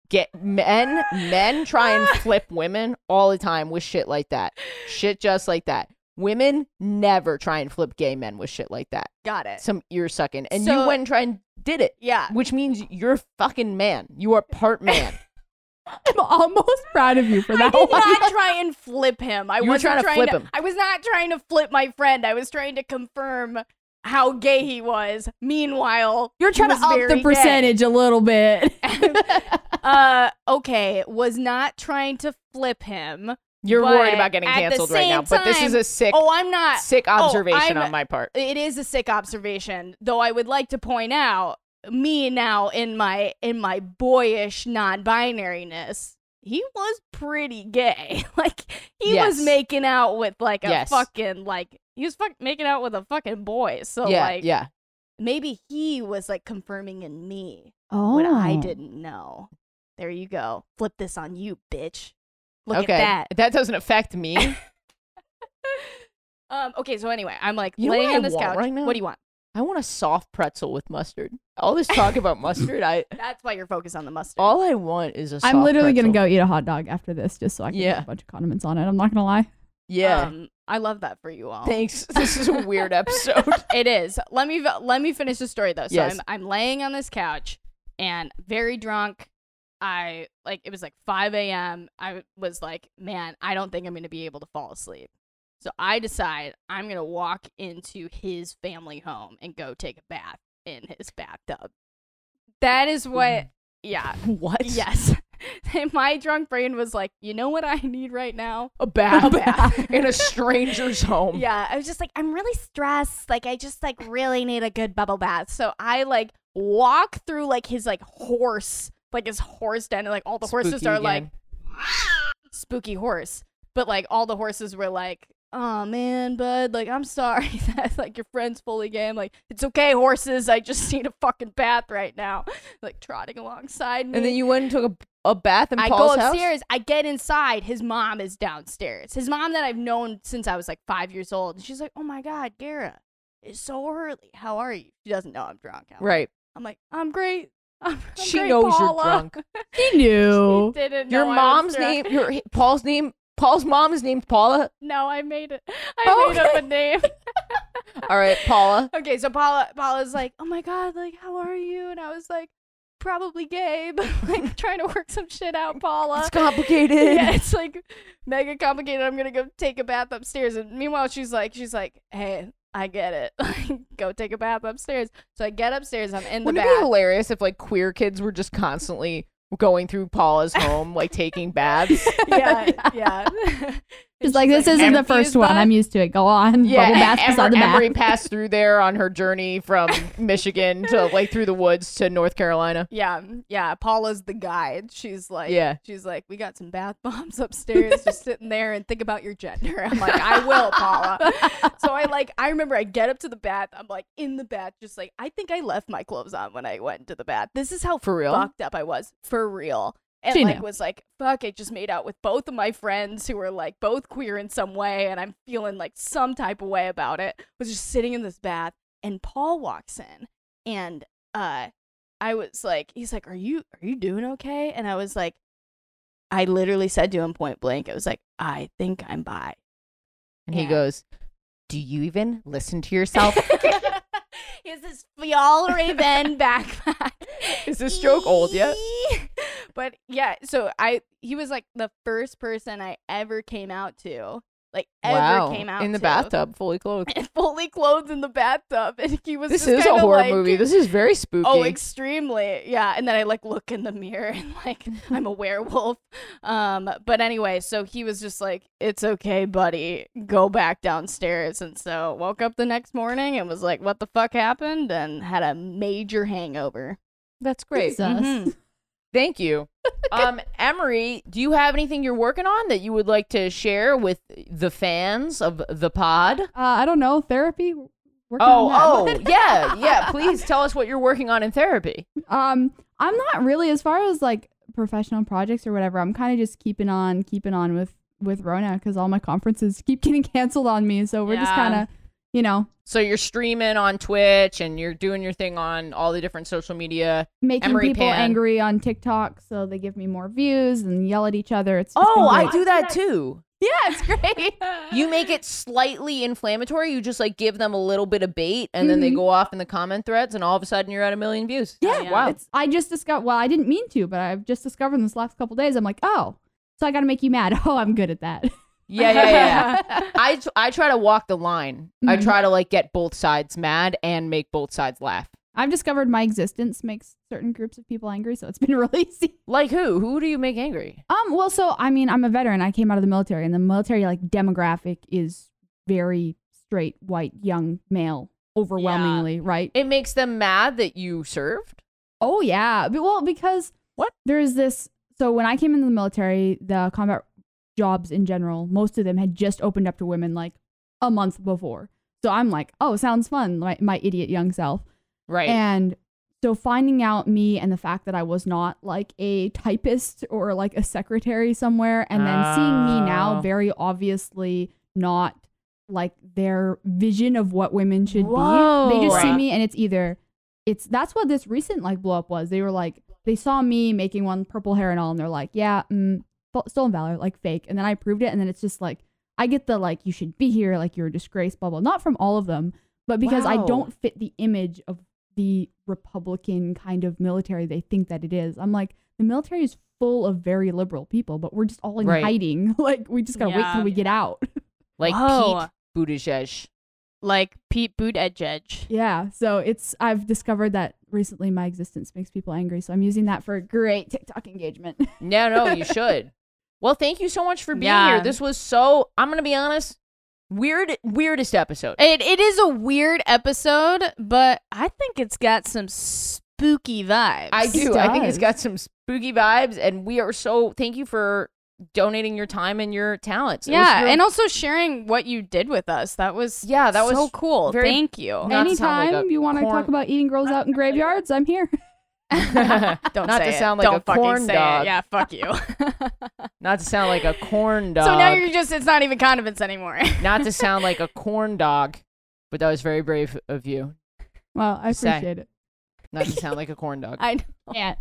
Speaker 2: Get men men try and flip women all the time with shit like that. Shit just like that. Women never try and flip gay men with shit like that.
Speaker 3: Got it.
Speaker 2: Some ear sucking. And you
Speaker 3: So-
Speaker 2: went and tried and did it
Speaker 3: Yeah.
Speaker 2: which means you're fucking man. You are part man.
Speaker 1: I'm almost proud of you for
Speaker 3: I
Speaker 1: that
Speaker 3: did
Speaker 1: one.
Speaker 3: not try and flip him. I
Speaker 2: You were
Speaker 3: wasn't
Speaker 2: trying to flip
Speaker 3: to-
Speaker 2: him.
Speaker 3: I was not trying to flip my friend. I was trying to confirm how gay he was. Meanwhile,
Speaker 1: You're
Speaker 3: he
Speaker 1: trying to
Speaker 3: was
Speaker 1: up
Speaker 3: very
Speaker 1: the
Speaker 3: gay.
Speaker 1: percentage a little bit.
Speaker 3: Uh, okay, was not trying to flip him.
Speaker 2: You're
Speaker 3: But
Speaker 2: worried about getting
Speaker 3: at the
Speaker 2: canceled right now,
Speaker 3: same
Speaker 2: but this is
Speaker 3: time-
Speaker 2: a sick,
Speaker 3: Oh, I'm not.
Speaker 2: sick observation
Speaker 3: I'm-
Speaker 2: on my part.
Speaker 3: It is a sick observation, though. I would like to point out me now in my in my boyish non-binariness. He was pretty gay. Like he
Speaker 2: Yes.
Speaker 3: was making out with like a
Speaker 2: Yes.
Speaker 3: fucking like he was fuck- making out with a fucking boy. So
Speaker 2: yeah,
Speaker 3: like
Speaker 2: yeah.
Speaker 3: maybe he was like confirming in me
Speaker 1: Oh,
Speaker 3: what I didn't know. There you go. Flip this on you, bitch. Look
Speaker 2: okay,
Speaker 3: at that.
Speaker 2: doesn't affect me.
Speaker 3: Um, okay, so anyway, I'm like
Speaker 2: You know
Speaker 3: laying
Speaker 2: what I
Speaker 3: on this
Speaker 2: want
Speaker 3: couch.
Speaker 2: right now?
Speaker 3: What do you want?
Speaker 2: I want a soft pretzel with mustard. All this talk about mustard, I
Speaker 3: That's why you're focused on the mustard.
Speaker 2: all I want is a. Soft
Speaker 1: I'm literally
Speaker 2: pretzel.
Speaker 1: gonna go eat a hot dog after this, just so I can
Speaker 2: Yeah.
Speaker 1: put a bunch of condiments on it. I'm not gonna lie.
Speaker 2: Yeah.
Speaker 3: Um, I love that for you all.
Speaker 2: Thanks. This is a weird episode.
Speaker 3: it is. Let me let me finish the story though. So
Speaker 2: Yes.
Speaker 3: I'm I'm laying on this couch and very drunk. I like it was like 5 a.m. I was like, man, I don't think I'm gonna be able to fall asleep. So I decide I'm gonna walk into his family home and go take a bath in his bathtub. That is what. Yeah.
Speaker 2: Mm-hmm. what?
Speaker 3: Yes. My drunk brain was like, you know what I need right now?
Speaker 2: A bath,
Speaker 3: A bath.
Speaker 2: in a stranger's home.
Speaker 3: Yeah, I was just like, I'm really stressed. Like, I just like really need a good bubble bath. So I like walk through like his like horse, like his horse den, and like all the horses
Speaker 2: Spooky
Speaker 3: are
Speaker 2: again.
Speaker 3: like spooky horse, but like all the horses were like, oh man, bud, like I'm sorry that like your friend's fully gay. I'm like, it's okay, horses. I just need a fucking bath right now. Like trotting alongside me.
Speaker 2: And then you went and took a, a bath in
Speaker 3: "Mm." I
Speaker 2: Paul's
Speaker 3: go
Speaker 2: house.
Speaker 3: upstairs. I get inside. His mom is downstairs. His mom that I've known since I was like five years old. And she's like, "Oh my god, Gara, it's so early. How are you?" She doesn't know I'm drunk. I'm like-
Speaker 2: Right.
Speaker 3: I'm like, "I'm great." I'm, I'm
Speaker 2: She
Speaker 3: great,
Speaker 2: knows you're
Speaker 3: Paula."
Speaker 2: drunk.
Speaker 1: He
Speaker 3: She
Speaker 1: knew.
Speaker 3: didn't
Speaker 2: Your
Speaker 3: know I was
Speaker 2: mom's
Speaker 3: drunk.
Speaker 2: name, your Paul's name, Paul's mom is named Paula.
Speaker 3: No, I made it. I
Speaker 2: Oh,
Speaker 3: made up a name.
Speaker 2: All right, Paula.
Speaker 3: okay, so Paula, Paula's like, "Oh my god, like how are you?" And I was like, probably gay, but like trying to work some shit out, Paula.
Speaker 5: It's complicated.
Speaker 3: yeah, it's like mega complicated. I'm gonna go take a bath upstairs. And meanwhile, she's like, she's like, hey, I get it. Like, go take a bath upstairs. So I get upstairs. I'm in the
Speaker 2: Wouldn't it
Speaker 3: bath.
Speaker 2: be hilarious if like queer kids were just constantly going through Paula's home, like taking baths?
Speaker 3: yeah, yeah.
Speaker 1: She's like, this isn't the first one. I'm used to it. Go on.
Speaker 2: Yeah,
Speaker 1: Bubble bath
Speaker 2: every,
Speaker 1: beside the bath.
Speaker 2: every pass through there on her journey from Michigan to like through the woods to North Carolina.
Speaker 3: Yeah, yeah. Paula's the guide. She's like,
Speaker 2: Yeah.
Speaker 3: She's like, we got some bath bombs upstairs, just sitting there and think about your gender. I'm like, I will, Paula. so I like, I remember I get up to the bath. I'm like in the bath, just like I think I left my clothes on when I went to the bath. This is how
Speaker 2: For real?
Speaker 3: fucked up I was for real. And
Speaker 1: She
Speaker 3: like
Speaker 1: knew.
Speaker 3: was like, fuck, I just made out with both of my friends who were like both queer in some way, and I'm feeling like some type of way about it. Was just sitting in this bath, and Paul walks in, and uh, I was like, he's like, are you are you doing okay? And I was like, I literally said to him point blank, I was like, I think I'm bi.
Speaker 2: And he
Speaker 3: Yeah.
Speaker 2: goes, "Do you even listen to yourself?
Speaker 4: Here's this y'all Raven backpack.
Speaker 2: Is this joke old yet?"
Speaker 3: But yeah, so I he was like the first person I ever came out to, like ever came out
Speaker 2: in the
Speaker 3: to.
Speaker 2: bathtub, fully clothed.
Speaker 3: fully clothed in the bathtub, and he was.
Speaker 2: This
Speaker 3: just
Speaker 2: is a
Speaker 3: kinda
Speaker 2: horror
Speaker 3: like-
Speaker 2: movie. This is very spooky.
Speaker 3: Oh, extremely. Yeah. And then I like look in the mirror and like I'm a werewolf. Um, but anyway, so he was just like, It's okay, buddy. Go back downstairs. And so woke up the next morning and was like, What the fuck happened? And had a major hangover.
Speaker 2: That's great. Mm-hmm.
Speaker 1: Jesus.
Speaker 3: Mhm.
Speaker 2: Thank you. Um, Emery, do you have anything you're working on that you would like to share with the fans of the pod?
Speaker 1: Uh, I don't know. Therapy. Working on that.
Speaker 2: Oh, oh, yeah, yeah. Please tell us what you're working on in therapy.
Speaker 1: Um, I'm not really as far as like professional projects or whatever. I'm kind of just keeping on, keeping on with with Rona because all my conferences keep getting canceled on me. So we're just
Speaker 3: Yeah.
Speaker 1: kind of, you know,
Speaker 2: So you're streaming on Twitch and you're doing your thing on all the different social media.
Speaker 1: making
Speaker 2: Emery
Speaker 1: people
Speaker 2: Pan.
Speaker 1: angry on TikTok so they give me more views and yell at each other. It's just been
Speaker 2: Oh, I
Speaker 1: great.
Speaker 2: do that too.
Speaker 1: Yeah, it's great.
Speaker 2: You make it slightly inflammatory. You just like give them a little bit of bait, and then they
Speaker 1: Mhm.
Speaker 2: go off in the comment threads, and all of a sudden you're at a million views.
Speaker 1: Oh, Yeah,
Speaker 2: wow.
Speaker 1: It's, I just discovered. Well, I didn't mean to, but I've just discovered in this last couple days. I'm like, oh, so I got to make you mad. Oh, I'm good at that.
Speaker 2: Yeah, yeah, yeah. I I try to walk the line. I
Speaker 1: Mhm.
Speaker 2: try to like get both sides mad and make both sides laugh.
Speaker 1: I've discovered my existence makes certain groups of people angry, so it's been really easy.
Speaker 2: Like who? Who do you make angry?
Speaker 1: Um, well, so I mean, I'm a veteran. I came out of the military, and the military like demographic is very straight, white, young, male, overwhelmingly, right?
Speaker 2: It makes them mad that you served.
Speaker 1: Oh yeah. But, well, because
Speaker 2: What?
Speaker 1: there is this. So when I came into the military, the combat jobs in general, most of them had just opened up to women like a month before. So I'm like, oh, sounds fun, my, my idiot young self.
Speaker 2: Right.
Speaker 1: And so finding out me and the fact that I was not like a typist or like a secretary somewhere, and then seeing me now
Speaker 2: Oh.
Speaker 1: very obviously not like their vision of what women should be. They just see
Speaker 2: Whoa.
Speaker 1: me and it's either it's that's what this recent like blow up was. They were like they saw me making one purple hair and all, and they're like, yeah, mm, fo- stolen valor, like fake. And then I approved it, and then it's just like I get the like you should be here, like you're a disgrace, blah blah. Not from all of them, but because I
Speaker 2: Wow.
Speaker 1: don't fit the image of the Republican kind of military they think that it is. I'm like, the military is full of very liberal people, but we're just all in
Speaker 2: Right.
Speaker 1: hiding. Like, we just gotta wait
Speaker 3: Yeah.
Speaker 1: till we get out.
Speaker 2: like
Speaker 1: Oh.
Speaker 3: Whoa.
Speaker 2: Pete Buttigieg.
Speaker 3: Like Pete Buttigieg.
Speaker 1: Yeah. So it's, I've discovered that recently my existence makes people angry. So I'm using that for great TikTok engagement.
Speaker 2: No, no, you should. Well, thank you so much for being
Speaker 3: Yeah.
Speaker 2: here. This was so. I'm gonna be honest. Weird, weirdest episode.
Speaker 3: It, it is a weird episode, but I think it's got some spooky vibes.
Speaker 2: I
Speaker 1: It
Speaker 2: do. I think
Speaker 1: does.
Speaker 2: it's got some spooky vibes, and we are so. Thank you for donating your time and your talents. It was
Speaker 3: yeah,
Speaker 2: real-
Speaker 3: and also sharing what you did with us. That was
Speaker 2: Yeah, that was
Speaker 3: so cool.
Speaker 2: very-
Speaker 3: Thank you.
Speaker 2: Not to sound like
Speaker 1: Anytime
Speaker 2: a
Speaker 1: you want to
Speaker 2: corn-
Speaker 1: talk about eating girls out in graveyards, I'm here.
Speaker 3: Don't
Speaker 2: Not
Speaker 3: say
Speaker 2: to
Speaker 3: it.
Speaker 2: sound like
Speaker 3: Don't
Speaker 2: a
Speaker 3: fucking
Speaker 2: corn
Speaker 3: say
Speaker 2: dog.
Speaker 3: It. Yeah, fuck you.
Speaker 2: not to sound like a corn dog.
Speaker 3: so now you're just it's not even condiments anymore.
Speaker 2: not to sound like a corn dog, but that was very brave of you.
Speaker 1: Well, I
Speaker 2: Say.
Speaker 1: appreciate it.
Speaker 2: Not to sound like a corn dog.
Speaker 3: I
Speaker 1: Yeah.